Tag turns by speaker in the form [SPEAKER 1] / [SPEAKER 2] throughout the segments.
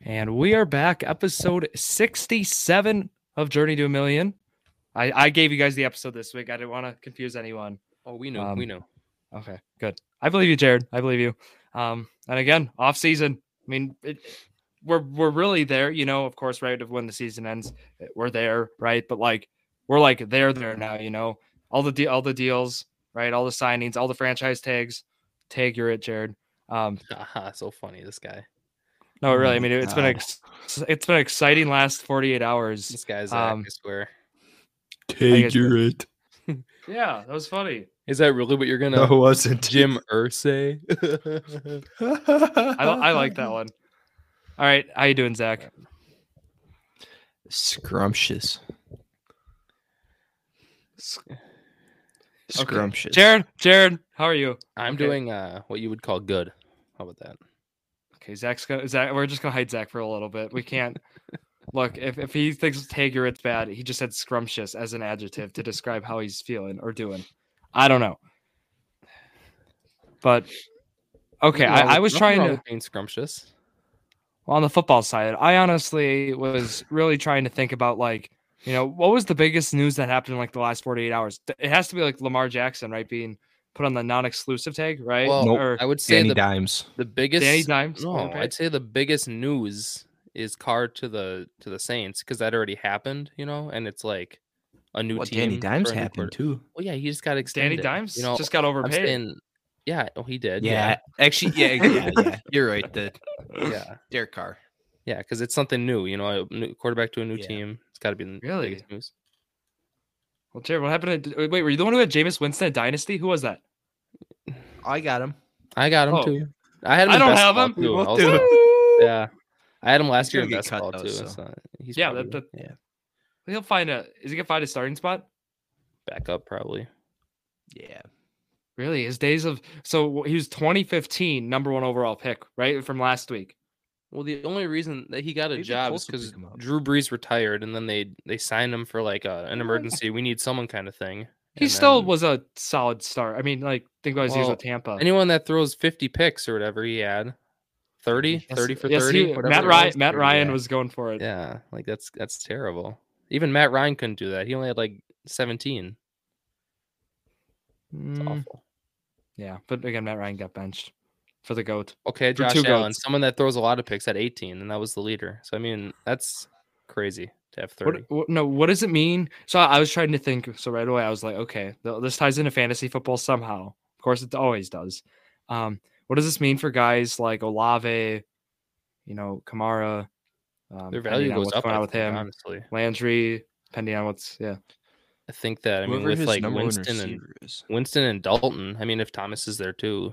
[SPEAKER 1] And we are back, episode 67 of Journey to a Million. I, I gave you guys the episode this week. I didn't want to confuse anyone.
[SPEAKER 2] Oh, we know,
[SPEAKER 1] Um,
[SPEAKER 2] we know.
[SPEAKER 1] Okay, good. I believe you, Jared. I believe you. Um, and again, off season. I mean, it, we're we're really there, you know. Of course, right of when the season ends, eh, we're there, right? But like, we're like there, there now, you know. All the de- all the deals, right? All the signings, all the franchise tags. Tag, you're it, Jared. Um,
[SPEAKER 2] Haha, so funny, this guy.
[SPEAKER 1] no,
[SPEAKER 3] Oh
[SPEAKER 1] really. I
[SPEAKER 3] my
[SPEAKER 1] mean, it's been
[SPEAKER 3] God.
[SPEAKER 1] ex- it's been exciting last 48 hours.
[SPEAKER 2] This guy's
[SPEAKER 1] Um,
[SPEAKER 2] I swear.
[SPEAKER 1] guess-
[SPEAKER 3] Take your it.
[SPEAKER 1] Yeah, that was funny.
[SPEAKER 2] Is that really what you're
[SPEAKER 3] No,
[SPEAKER 2] gonna
[SPEAKER 3] it wasn't.
[SPEAKER 2] Jim Ursay?
[SPEAKER 1] I, I like that one. All right, how you doing, Zach?
[SPEAKER 3] Scrumptious. Scrumptious.
[SPEAKER 1] Jared, Jared, how are you?
[SPEAKER 2] I'm
[SPEAKER 1] Okay.
[SPEAKER 2] doing uh what you would call good. How about that?
[SPEAKER 1] Okay, Zach's gonna Zach. We're just gonna hide Zach for a little bit. We can't look if, if he thinks Tagerit's bad. He just said scrumptious as an adjective to describe how he's feeling or doing. I don't know, but okay.
[SPEAKER 2] Nothing wrong
[SPEAKER 1] I, I
[SPEAKER 2] with-
[SPEAKER 1] was
[SPEAKER 2] nothing
[SPEAKER 1] trying
[SPEAKER 2] wrong
[SPEAKER 1] to
[SPEAKER 2] with being scrumptious.
[SPEAKER 1] well, on the football side. I honestly was really trying to think about like you know what was the biggest news that happened in like the last forty eight hours. Th- It has to be like Lamar Jackson, right, being put on the non exclusive tag, right?
[SPEAKER 2] Well,
[SPEAKER 3] Nope.
[SPEAKER 1] or
[SPEAKER 2] I would say
[SPEAKER 3] Danny
[SPEAKER 2] the,
[SPEAKER 3] Dimes.
[SPEAKER 2] the biggest
[SPEAKER 1] Danny Dimes.
[SPEAKER 2] No, I'd say the biggest news is Carr to the to the Saints because that already happened, you know, and it's like a new
[SPEAKER 3] Well,
[SPEAKER 2] team.
[SPEAKER 3] Danny Dimes
[SPEAKER 2] for a new
[SPEAKER 3] happened
[SPEAKER 2] quarter-
[SPEAKER 3] too.
[SPEAKER 2] Well, yeah, he just got
[SPEAKER 1] Danny
[SPEAKER 2] extended.
[SPEAKER 1] Dimes
[SPEAKER 2] you know,
[SPEAKER 1] just got
[SPEAKER 2] I'm
[SPEAKER 1] overpaid.
[SPEAKER 2] saying, yeah, oh, he did.
[SPEAKER 3] Yeah, actually, yeah, yeah, yeah. You're right. The
[SPEAKER 2] yeah, yeah,
[SPEAKER 3] Derek Carr.
[SPEAKER 2] yeah, because it's something new, you know, a new quarterback to a new
[SPEAKER 3] Yeah.
[SPEAKER 2] team. It's got to be the
[SPEAKER 1] Really?
[SPEAKER 2] biggest news.
[SPEAKER 1] Well, Jared, what happened? To, wait, were you the one who had Jameis Winston at Dynasty? Who was that?
[SPEAKER 3] I got him.
[SPEAKER 2] I got him
[SPEAKER 1] Oh.
[SPEAKER 2] too. I had him.
[SPEAKER 1] I
[SPEAKER 2] in
[SPEAKER 1] don't
[SPEAKER 2] best
[SPEAKER 1] have
[SPEAKER 2] ball,
[SPEAKER 1] him.
[SPEAKER 3] We
[SPEAKER 2] too.
[SPEAKER 3] both
[SPEAKER 2] I was
[SPEAKER 3] do.
[SPEAKER 2] like, yeah, I had him last year in
[SPEAKER 3] gonna
[SPEAKER 2] best
[SPEAKER 3] get cut,
[SPEAKER 2] ball
[SPEAKER 3] though,
[SPEAKER 2] too.
[SPEAKER 3] so-
[SPEAKER 2] so uh, he's
[SPEAKER 1] yeah,
[SPEAKER 2] probably
[SPEAKER 1] that, that,
[SPEAKER 3] yeah.
[SPEAKER 1] he'll find a. Is he gonna find a starting spot?
[SPEAKER 2] back up probably.
[SPEAKER 3] Yeah.
[SPEAKER 1] Really, his days of so wh- he was 2015 number one overall pick, right from last week.
[SPEAKER 2] Well, the only reason that he got a
[SPEAKER 3] Maybe the
[SPEAKER 2] job is
[SPEAKER 3] Colts will
[SPEAKER 2] because
[SPEAKER 3] pick him up.
[SPEAKER 2] Drew Brees retired, and then they they signed him for like a, an emergency. We need someone kind of thing.
[SPEAKER 1] He
[SPEAKER 2] and
[SPEAKER 1] still
[SPEAKER 2] then
[SPEAKER 1] was a solid star. I mean, like think about his years
[SPEAKER 2] Well,
[SPEAKER 1] with Tampa.
[SPEAKER 2] anyone that throws fifty picks or whatever he had, 30, 30 for
[SPEAKER 1] Yes,
[SPEAKER 2] thirty.
[SPEAKER 1] he-
[SPEAKER 2] whatever
[SPEAKER 1] Matt
[SPEAKER 2] it
[SPEAKER 1] Ryan,
[SPEAKER 2] was,
[SPEAKER 1] Matt
[SPEAKER 2] 30,
[SPEAKER 1] Ryan
[SPEAKER 2] yeah.
[SPEAKER 1] was going for it.
[SPEAKER 2] yeah, like that's that's terrible. Even Matt Ryan couldn't do that. He only had like seventeen. It's
[SPEAKER 1] Mm,
[SPEAKER 2] awful.
[SPEAKER 1] yeah, but again, Matt Ryan got benched for the goat.
[SPEAKER 2] Okay,
[SPEAKER 1] For
[SPEAKER 2] Josh
[SPEAKER 1] two
[SPEAKER 2] Allen,
[SPEAKER 1] goats.
[SPEAKER 2] someone that throws a lot of picks at eighteen, and that was the leader. So I mean, that's crazy to have thirty.
[SPEAKER 1] What, what- no, what does it mean? So I I was trying to think. So right away, I was like, okay, th- this ties into fantasy football somehow. Of course, it always does. Um, what does this mean for guys like Olave, you know, Kamara? Um,
[SPEAKER 2] Their
[SPEAKER 1] depending
[SPEAKER 2] value
[SPEAKER 1] on
[SPEAKER 2] goes
[SPEAKER 1] what's
[SPEAKER 2] up
[SPEAKER 1] going
[SPEAKER 2] I
[SPEAKER 1] on with
[SPEAKER 2] think,
[SPEAKER 1] him,
[SPEAKER 2] honestly.
[SPEAKER 1] Landry, depending on what's yeah.
[SPEAKER 2] I think that I mean
[SPEAKER 3] Whoever
[SPEAKER 2] with
[SPEAKER 3] his
[SPEAKER 2] like
[SPEAKER 3] number one
[SPEAKER 2] Winston and
[SPEAKER 3] receiver is.
[SPEAKER 2] Winston and Dalton. I mean, if Thomas is there too,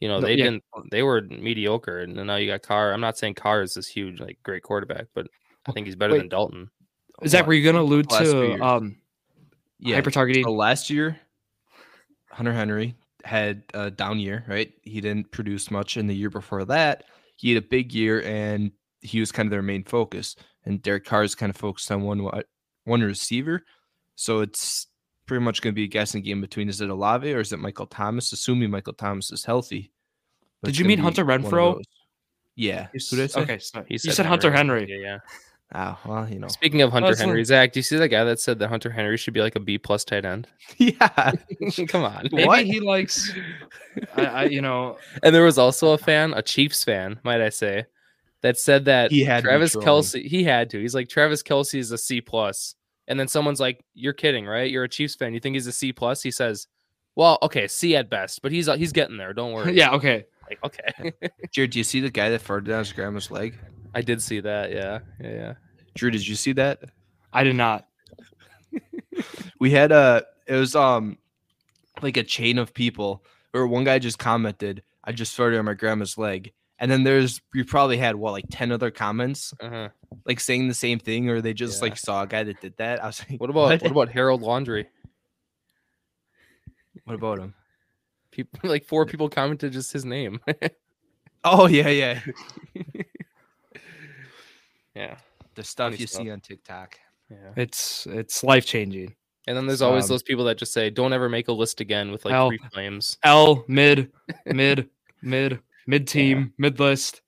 [SPEAKER 2] you know
[SPEAKER 1] No,
[SPEAKER 2] they
[SPEAKER 1] yeah.
[SPEAKER 2] didn't. They were mediocre, and then now you got Carr. I'm not saying Carr is this huge, like great quarterback, but I think he's better than
[SPEAKER 1] wait.
[SPEAKER 2] Dalton.
[SPEAKER 1] Zach, were you going to allude
[SPEAKER 3] last few
[SPEAKER 1] to
[SPEAKER 3] years.
[SPEAKER 1] um,
[SPEAKER 3] Yeah.
[SPEAKER 1] hyper targeting?
[SPEAKER 3] So last year, Hunter Henry had a down year, right? He didn't produce much. And the year before that, he had a big year and he was kind of their main focus. And Derek Carr is kind of focused on one wi- one receiver. So it's pretty much going to be a guessing game between is it Olave or is it Michael Thomas, assuming Michael Thomas is healthy. But
[SPEAKER 1] Did
[SPEAKER 3] it's
[SPEAKER 1] you
[SPEAKER 3] gonna
[SPEAKER 1] mean
[SPEAKER 3] be
[SPEAKER 1] Hunter
[SPEAKER 3] one of
[SPEAKER 1] Renfro?
[SPEAKER 3] those. Yeah.
[SPEAKER 1] You s-
[SPEAKER 3] Who did I say?
[SPEAKER 1] Okay, so
[SPEAKER 2] He
[SPEAKER 1] you said, Hunter Henry.
[SPEAKER 2] Yeah, yeah.
[SPEAKER 3] Oh, well, you know.
[SPEAKER 2] Speaking of Hunter
[SPEAKER 1] it's not-
[SPEAKER 2] Henry, Zach, do you see that guy that said that Hunter Henry should be like a B plus tight end?
[SPEAKER 3] yeah.
[SPEAKER 2] Come on.
[SPEAKER 1] Maybe
[SPEAKER 3] What?
[SPEAKER 1] he likes? I, I you know
[SPEAKER 2] And there was also a fan, a Chiefs fan, might I say, that said that
[SPEAKER 3] He had to be
[SPEAKER 2] Travis
[SPEAKER 3] trolling.
[SPEAKER 2] Kelsey. He had to. He's like Travis Kelsey is a C plus. And then someone's like, "You're kidding, right? You're a Chiefs fan. You think he's a C plus?" He says, "Well, okay, C at best, but he's uh, he's getting there. Don't worry."
[SPEAKER 1] yeah okay.
[SPEAKER 2] Like, okay,
[SPEAKER 3] Jared, do you see the guy that farted down his grandma's leg?
[SPEAKER 2] I did see that. Yeah, yeah, yeah.
[SPEAKER 3] Drew, did you see that?
[SPEAKER 1] I did not.
[SPEAKER 3] we had a it was um like a chain of people or one guy just commented i just farted on my grandma's leg and then there's you probably had what like 10 other comments
[SPEAKER 2] Uh-huh.
[SPEAKER 3] like saying the same thing or they just
[SPEAKER 2] Yeah.
[SPEAKER 3] like saw a guy that did that i was like
[SPEAKER 2] What about what? about Harold Laundry?
[SPEAKER 3] what about him
[SPEAKER 2] People like four people commented just his name.
[SPEAKER 3] oh yeah yeah
[SPEAKER 2] yeah,
[SPEAKER 3] the stuff
[SPEAKER 2] Funny
[SPEAKER 3] you
[SPEAKER 2] stuff.
[SPEAKER 3] see on tiktok
[SPEAKER 2] yeah.
[SPEAKER 1] It's it's life changing.
[SPEAKER 2] And then there's always
[SPEAKER 1] Um,
[SPEAKER 2] those people that just say, "Don't ever make a list again with like
[SPEAKER 1] Hell.
[SPEAKER 2] three flames."
[SPEAKER 1] L mid, mid, mid, mid team, mid list,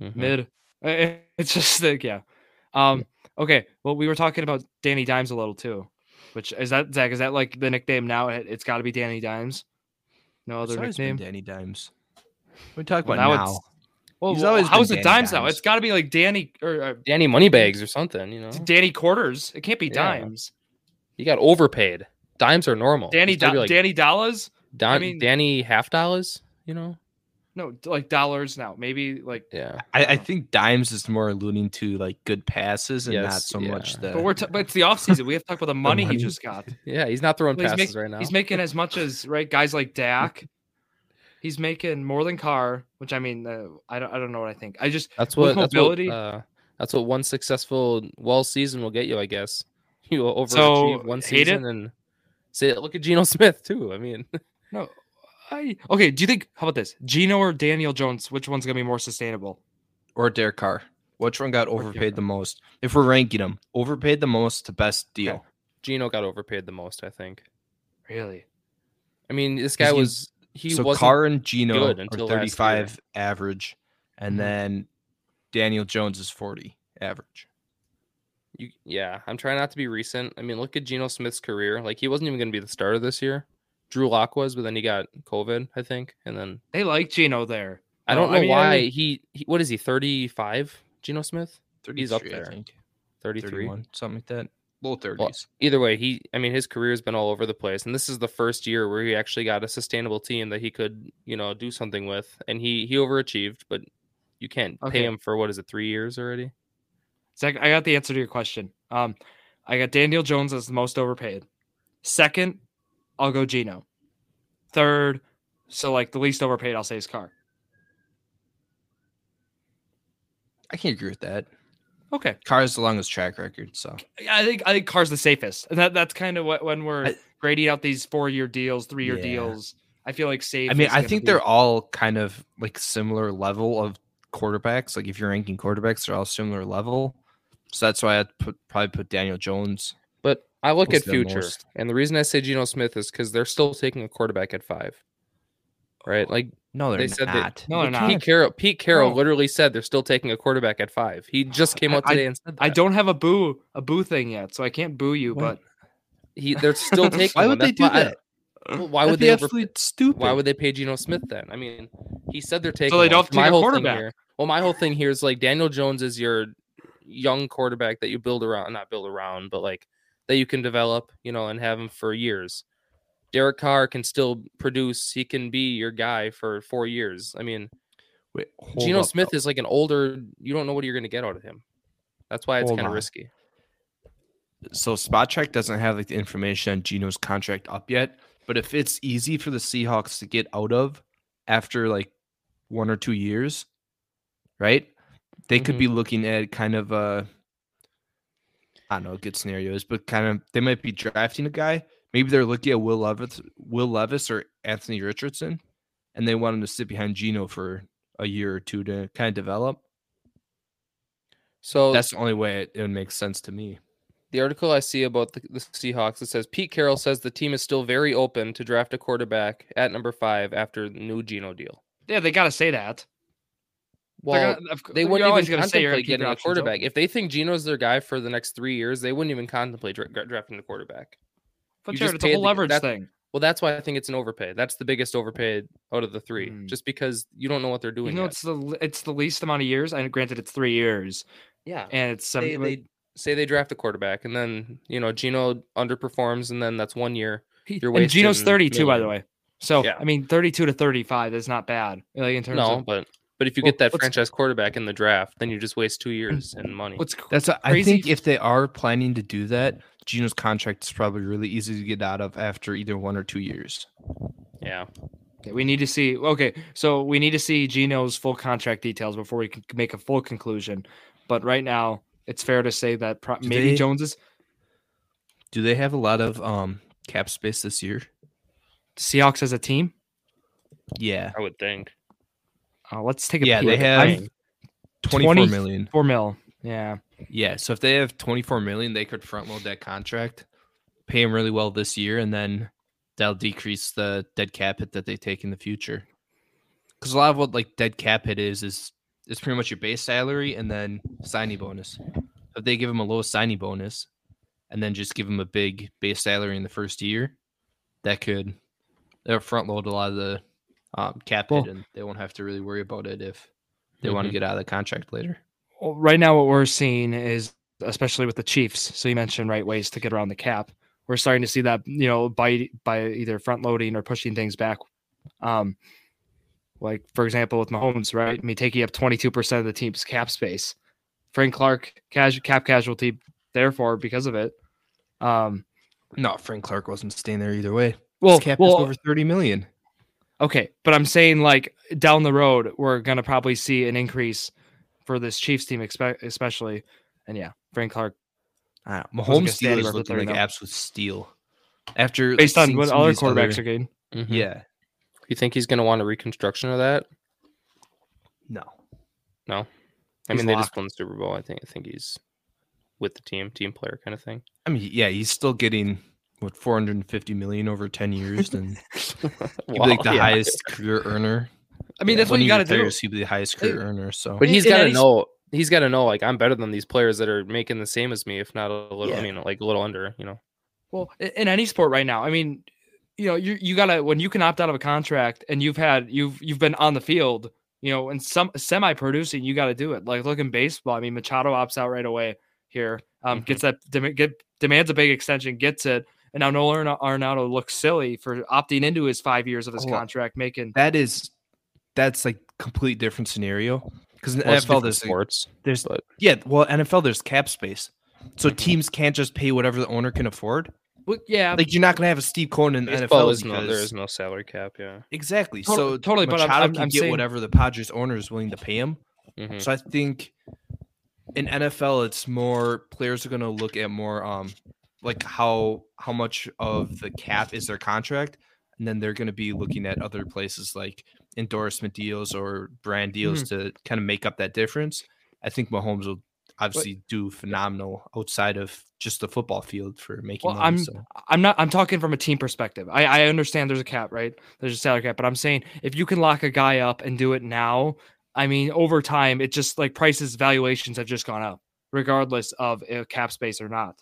[SPEAKER 1] mm-hmm.
[SPEAKER 2] Mhm.
[SPEAKER 1] mid. I- It's just like yeah. Um. Okay. Well, we were talking about Danny Dimes a little too, which is that Zach? Is that like the nickname now? It- It's got to be Danny Dimes. No
[SPEAKER 3] It's
[SPEAKER 1] other
[SPEAKER 3] always been
[SPEAKER 1] nickname.
[SPEAKER 3] Danny Dimes. We talk
[SPEAKER 1] Well,
[SPEAKER 3] about now.
[SPEAKER 1] now it's- Well,
[SPEAKER 3] He's
[SPEAKER 1] well,
[SPEAKER 3] always
[SPEAKER 1] how's
[SPEAKER 3] been
[SPEAKER 1] it
[SPEAKER 3] Danny
[SPEAKER 1] Dimes now?
[SPEAKER 3] Dimes.
[SPEAKER 1] It's got to be like Danny or uh,
[SPEAKER 2] Danny Moneybags or something, you know.
[SPEAKER 1] Danny Quarters. It can't be
[SPEAKER 2] Yeah.
[SPEAKER 1] Dimes.
[SPEAKER 2] He got overpaid. Dimes are normal.
[SPEAKER 1] Danny
[SPEAKER 2] It's gotta
[SPEAKER 1] Do-
[SPEAKER 2] be like
[SPEAKER 1] Danny Dollars.
[SPEAKER 2] Don-
[SPEAKER 1] I mean-
[SPEAKER 2] Danny half dollars, you know?
[SPEAKER 1] No, d- like dollars now. Maybe like.
[SPEAKER 2] Yeah.
[SPEAKER 3] I, I think Dimes is more alluding to like good passes and not
[SPEAKER 2] Yes,
[SPEAKER 3] so much
[SPEAKER 2] yeah.
[SPEAKER 3] the.
[SPEAKER 1] But we're t- but it's the off season. We have to talk about the money,
[SPEAKER 3] money.
[SPEAKER 1] he just got.
[SPEAKER 2] Yeah, he's not throwing
[SPEAKER 1] Well, he's
[SPEAKER 2] passes
[SPEAKER 1] make-
[SPEAKER 2] right now.
[SPEAKER 1] He's making as much as right guys like Dak. He's making more than Carr, which I mean, uh, I don't, I don't know what I think. I just
[SPEAKER 2] That's
[SPEAKER 1] With
[SPEAKER 2] what that's what,
[SPEAKER 1] mobility-
[SPEAKER 2] uh, that's what one successful well season will get you, I guess. You will overachieve
[SPEAKER 1] So,
[SPEAKER 2] one
[SPEAKER 1] hate it?
[SPEAKER 2] season and say, look at Geno Smith too. I mean,
[SPEAKER 1] no. I okay. Do you think how about this, Gino or Daniel Jones? Which one's gonna be more sustainable?
[SPEAKER 3] or Derek Carr. Which one got
[SPEAKER 1] Or Derek
[SPEAKER 3] overpaid
[SPEAKER 1] Carr.
[SPEAKER 3] the most? If we're ranking them, overpaid the most to best deal.
[SPEAKER 2] Geno got overpaid the most, I think.
[SPEAKER 1] Really?
[SPEAKER 2] I mean, this guy
[SPEAKER 3] He's-
[SPEAKER 2] was he
[SPEAKER 3] so
[SPEAKER 2] was
[SPEAKER 3] Carr and Gino
[SPEAKER 2] good
[SPEAKER 3] are
[SPEAKER 2] until last year.
[SPEAKER 3] 35 average, and
[SPEAKER 2] Mhm.
[SPEAKER 3] then Daniel Jones is 40 average.
[SPEAKER 2] You, yeah, I'm trying not to be recent. I mean, look at Geno Smith's career. Like he wasn't even going to be the starter this year. Drew Lock was, but then he got COVID, I think. And then
[SPEAKER 1] They like Gino there.
[SPEAKER 2] I
[SPEAKER 1] No,
[SPEAKER 2] don't
[SPEAKER 1] I
[SPEAKER 2] know
[SPEAKER 1] mean, I
[SPEAKER 2] why
[SPEAKER 1] mean-
[SPEAKER 2] he, he. What is he? 35? Geno Smith? He's up
[SPEAKER 3] 33, I
[SPEAKER 2] there.
[SPEAKER 3] think.
[SPEAKER 2] 33.
[SPEAKER 3] 31, something like that. Low 30s.
[SPEAKER 2] Either way, he. I mean, his career has been all over the place, and this is the first year where he actually got a sustainable team that he could, you know, do something with. And he he overachieved, but you can't
[SPEAKER 1] Okay.
[SPEAKER 2] pay him for what is it? Three years already.
[SPEAKER 1] Zach, I got the answer to your question. Um, I got Daniel Jones as the most overpaid. Second, I'll go Gino. Third, so like the least overpaid, I'll say is Carr.
[SPEAKER 3] I can agree with that.
[SPEAKER 1] Okay.
[SPEAKER 3] Carr has the longest track record, so
[SPEAKER 1] I think I think Carr's the safest, and that that's kind of what when we're
[SPEAKER 3] I-
[SPEAKER 1] grading out these four year deals, three year
[SPEAKER 3] Yeah.
[SPEAKER 1] deals. I feel like safe.
[SPEAKER 3] I mean,
[SPEAKER 1] is
[SPEAKER 3] I
[SPEAKER 1] gonna
[SPEAKER 3] think
[SPEAKER 1] be-
[SPEAKER 3] they're all kind of like similar level of quarterbacks. Like if you're ranking quarterbacks, they're all similar level. So that's why I'd put, probably put Daniel Jones.
[SPEAKER 2] But I look
[SPEAKER 3] Was
[SPEAKER 2] at
[SPEAKER 3] the
[SPEAKER 2] future,
[SPEAKER 3] most-
[SPEAKER 2] and the reason I say Geno Smith is because they're still taking a quarterback at five, right? Like
[SPEAKER 3] No, they're
[SPEAKER 2] They said they-
[SPEAKER 3] not.
[SPEAKER 1] no, they're
[SPEAKER 2] Pete
[SPEAKER 1] not.
[SPEAKER 2] Carroll. Pete Carroll
[SPEAKER 1] No.
[SPEAKER 2] literally said they're still taking a quarterback at five. He just came
[SPEAKER 3] I-
[SPEAKER 2] out
[SPEAKER 3] I-
[SPEAKER 2] today and said that.
[SPEAKER 1] I don't have a boo a boo thing yet, so I can't boo you.
[SPEAKER 3] What?
[SPEAKER 2] He, they're still taking.
[SPEAKER 3] Why
[SPEAKER 2] him,
[SPEAKER 3] would
[SPEAKER 2] and
[SPEAKER 3] they do
[SPEAKER 2] that's why I-
[SPEAKER 3] that?
[SPEAKER 2] well, why
[SPEAKER 3] That'd
[SPEAKER 2] would
[SPEAKER 3] be
[SPEAKER 2] they? Over,
[SPEAKER 3] absolutely stupid?
[SPEAKER 2] why would they pay Geno Smith then? I mean, he said they're taking.
[SPEAKER 1] they
[SPEAKER 2] him.
[SPEAKER 1] don't have to
[SPEAKER 2] my
[SPEAKER 1] take a
[SPEAKER 2] whole
[SPEAKER 1] quarterback.
[SPEAKER 2] Thing here, well, my whole thing here is like Daniel Jones is your young quarterback that you build around, not build around, but like that you can develop, you know, and have him for years. Derek Carr can still produce. He can be your guy for four years. I mean,
[SPEAKER 3] Wait, hold
[SPEAKER 2] Geno
[SPEAKER 3] up,
[SPEAKER 2] Smith
[SPEAKER 3] though.
[SPEAKER 2] is like an older. You don't know what you're going to get out of him. That's why it's
[SPEAKER 3] Hold
[SPEAKER 2] kind of
[SPEAKER 3] on.
[SPEAKER 2] risky.
[SPEAKER 3] so spot check doesn't have like the information on Geno's contract up yet. But if it's easy for the Seahawks to get out of after like one or two years, right? They could be looking at kind of a I don't know what good scenario is, but kind of they might be drafting a guy. Maybe they're looking at Will Levis, Will Levis or Anthony Richardson, and they want him to sit behind Geno for a year or two to kind of develop.
[SPEAKER 2] So
[SPEAKER 3] That's the only way it, it would make sense to me.
[SPEAKER 2] the article I see about the, the Seahawks it says Pete Carroll says the team is still very open to draft a quarterback at number five after the new Geno deal.
[SPEAKER 1] But yeah, they gotta say that. They're
[SPEAKER 2] Well,
[SPEAKER 1] gonna- of cou-
[SPEAKER 2] they
[SPEAKER 1] you're
[SPEAKER 2] wouldn't
[SPEAKER 1] always
[SPEAKER 2] even
[SPEAKER 1] gonna say you're gonna
[SPEAKER 2] contemplate
[SPEAKER 1] keep your
[SPEAKER 2] getting a
[SPEAKER 1] options
[SPEAKER 2] quarterback
[SPEAKER 1] open.
[SPEAKER 2] if they think Geno's their guy for the next three years. They wouldn't even contemplate dra- dra- drafting the quarterback.
[SPEAKER 1] But
[SPEAKER 2] You
[SPEAKER 1] Jared,
[SPEAKER 2] just
[SPEAKER 1] it's a
[SPEAKER 2] paid
[SPEAKER 1] whole
[SPEAKER 2] the-
[SPEAKER 1] leverage
[SPEAKER 2] that-
[SPEAKER 1] thing.
[SPEAKER 2] Well, that's why I think it's an overpay. That's the biggest overpay out of the three,
[SPEAKER 1] Hmm.
[SPEAKER 2] just because you don't know what they're
[SPEAKER 1] You
[SPEAKER 2] doing.
[SPEAKER 1] know,
[SPEAKER 2] yet.
[SPEAKER 1] it's the le- it's the least amount of years, and granted, it's three years,
[SPEAKER 2] yeah,
[SPEAKER 1] and it's some,
[SPEAKER 2] they, they say they draft a quarterback and then you know Gino underperforms and then that's one year.
[SPEAKER 1] he-
[SPEAKER 2] you're
[SPEAKER 1] and Gino's
[SPEAKER 2] wasting
[SPEAKER 1] thirty two, by the
[SPEAKER 2] million.
[SPEAKER 1] way. So
[SPEAKER 2] Yeah.
[SPEAKER 1] I mean, thirty two to thirty five is not bad, like in terms
[SPEAKER 2] No,
[SPEAKER 1] of
[SPEAKER 2] but but if you
[SPEAKER 1] Well,
[SPEAKER 2] get that
[SPEAKER 1] what's-
[SPEAKER 2] franchise quarterback in the draft, then you just waste two years and money.
[SPEAKER 1] what's cr-
[SPEAKER 3] That's what, I
[SPEAKER 1] crazy
[SPEAKER 3] think
[SPEAKER 1] f-
[SPEAKER 3] if they are planning to do that, Gino's contract is probably really easy to get out of after either one or two years.
[SPEAKER 2] Yeah,
[SPEAKER 1] Okay, we need to see. Okay, so we need to see Gino's full contract details before we can make a full conclusion. But right now, it's fair to say that pro-
[SPEAKER 3] Do
[SPEAKER 1] maybe
[SPEAKER 3] they-
[SPEAKER 1] Jones is
[SPEAKER 3] Do they have a lot of um cap space this year?
[SPEAKER 1] Seahawks as a team.
[SPEAKER 3] Yeah.
[SPEAKER 2] I would think.
[SPEAKER 1] Uh, let's take a
[SPEAKER 3] Yeah,
[SPEAKER 1] peek.
[SPEAKER 3] they have
[SPEAKER 1] I'm-
[SPEAKER 3] 24
[SPEAKER 1] 20
[SPEAKER 3] million.
[SPEAKER 1] four mil. Yeah,
[SPEAKER 3] Yeah, so if they have 24 million, they could front load that contract, pay him really well this year and then that'll decrease the dead cap hit that they take in the future. Cuz a lot of what like dead cap hit is is is pretty much your base salary and then signing bonus. If they give him a low signing bonus and then just give him a big base salary in the first year, that could they'll front load a lot of the um, cap hit
[SPEAKER 1] Well-
[SPEAKER 3] and they won't have to really worry about it if they want to
[SPEAKER 2] Mhm.
[SPEAKER 3] get out of the contract later.
[SPEAKER 1] Well, right now what we're seeing is especially with the Chiefs. So you mentioned right ways to get around the cap. We're starting to see that you know by by either front loading or pushing things back. Um, like for example with Mahomes, right? I mean taking up twenty two percent of the team's cap space. Frank Clark casu- cap casualty, therefore because of it. Um,
[SPEAKER 3] No, Frank Clark wasn't staying there either way.
[SPEAKER 1] well,
[SPEAKER 3] cap
[SPEAKER 1] well,
[SPEAKER 3] is over 30 million.
[SPEAKER 1] Okay, but I'm saying like down the road, we're gonna probably see an increase for this Chiefs team, expe- especially. And yeah, Frank Clark.
[SPEAKER 3] I don't
[SPEAKER 1] gonna
[SPEAKER 3] Mahomes
[SPEAKER 1] stand
[SPEAKER 3] deal is
[SPEAKER 1] around for
[SPEAKER 3] looking
[SPEAKER 1] 30
[SPEAKER 3] like an
[SPEAKER 1] now.
[SPEAKER 3] absolute steal. After
[SPEAKER 1] Based on
[SPEAKER 3] seeing
[SPEAKER 1] what
[SPEAKER 3] some of
[SPEAKER 1] other
[SPEAKER 3] these
[SPEAKER 1] quarterbacks are getting,
[SPEAKER 2] Mhm.
[SPEAKER 3] yeah,
[SPEAKER 2] You think he's going to want a reconstruction of that?
[SPEAKER 3] no,
[SPEAKER 2] I
[SPEAKER 1] He's
[SPEAKER 2] mean, they just
[SPEAKER 1] locked.
[SPEAKER 2] won the Super Bowl. I think. I think he's with the team, team player kind of thing.
[SPEAKER 3] I mean, yeah, he's still getting what 450 million over 10 years, and he'd
[SPEAKER 2] Wow,
[SPEAKER 3] be like the
[SPEAKER 2] yeah.
[SPEAKER 3] highest career earner.
[SPEAKER 1] I mean that's what you gotta do.
[SPEAKER 3] He'd be the highest career earner. So
[SPEAKER 2] But
[SPEAKER 1] In-
[SPEAKER 2] he's
[SPEAKER 1] in
[SPEAKER 2] got to
[SPEAKER 1] any s-
[SPEAKER 2] know. He's got to know. Like I'm better than these players that are making the same as me, if not a little.
[SPEAKER 3] Yeah.
[SPEAKER 2] I mean, like a little under. You know.
[SPEAKER 1] Well, i- in any sport right now, I mean, you know, you you gotta when you can opt out of a contract and you've had you've you've been on the field, you know, and some semi producing, you gotta do it. Like look in baseball, I mean, Machado opts out right away here, um,
[SPEAKER 3] Mm-hmm.
[SPEAKER 2] Mhm.
[SPEAKER 1] gets that dem- get, demands a big extension, gets it, and now Nolan Arna- Arenado looks silly for opting into his five years of his
[SPEAKER 3] Oh,
[SPEAKER 1] contract, making
[SPEAKER 3] that is that's like complete different scenario because in
[SPEAKER 2] Well, it's
[SPEAKER 3] NFL
[SPEAKER 2] different
[SPEAKER 3] there's
[SPEAKER 2] sports.
[SPEAKER 3] there's
[SPEAKER 2] but-
[SPEAKER 3] yeah, well NFL there's cap space, so teams can't just pay whatever the owner can afford.
[SPEAKER 1] Well, yeah,
[SPEAKER 3] Like you're not gonna have a Steve Cohen in the
[SPEAKER 2] Baseball
[SPEAKER 3] NFL
[SPEAKER 2] is no. There
[SPEAKER 3] because-
[SPEAKER 2] is no salary cap. Yeah.
[SPEAKER 3] Exactly.
[SPEAKER 1] Tot-
[SPEAKER 3] so
[SPEAKER 1] totally, but I'm-
[SPEAKER 3] Machado
[SPEAKER 1] I'm-
[SPEAKER 3] can
[SPEAKER 1] I'm
[SPEAKER 3] get
[SPEAKER 1] saying-
[SPEAKER 3] whatever the Padres owner is willing to pay him.
[SPEAKER 2] Mhm.
[SPEAKER 3] So I think in NFL, it's more players are going to look at more um like how how much of the cap is their contract, and then they're going to be looking at other places like endorsement deals or brand deals
[SPEAKER 1] Hmm.
[SPEAKER 3] to kind of make up that difference. I think Mahomes will obviously do phenomenal outside of just the football field for making
[SPEAKER 1] Well,
[SPEAKER 3] money.
[SPEAKER 1] I'm-
[SPEAKER 3] so.
[SPEAKER 1] I'm not. I'm talking from a team perspective. I, I understand there's a cap, right? There's a salary cap, but I'm saying if you can lock a guy up and do it now, I mean, over time, it just like prices, valuations have just gone up, regardless of a cap space or not,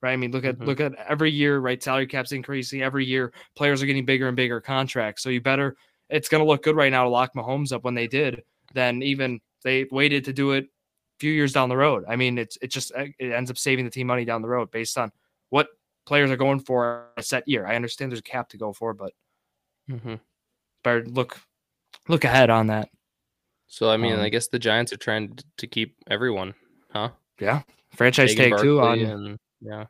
[SPEAKER 1] right? I mean, look at
[SPEAKER 2] Mhm.
[SPEAKER 1] look at every year, right? Salary caps increasing every year. Players are getting bigger and bigger contracts, so you better. It's gonna look good right now to lock Mahomes up when they did. Then even they waited to do it a few years down the road. I mean, it's it just it ends up saving the team money down the road based on what players are going for a set year. I understand there's a cap to go for, but
[SPEAKER 2] Mhm.
[SPEAKER 1] better look look ahead on that.
[SPEAKER 2] So I mean, I
[SPEAKER 1] Um,
[SPEAKER 2] guess the Giants are trying t- to keep everyone, huh?
[SPEAKER 1] Franchise
[SPEAKER 2] Sagan,
[SPEAKER 1] tag too on
[SPEAKER 2] Barkley, and- yeah.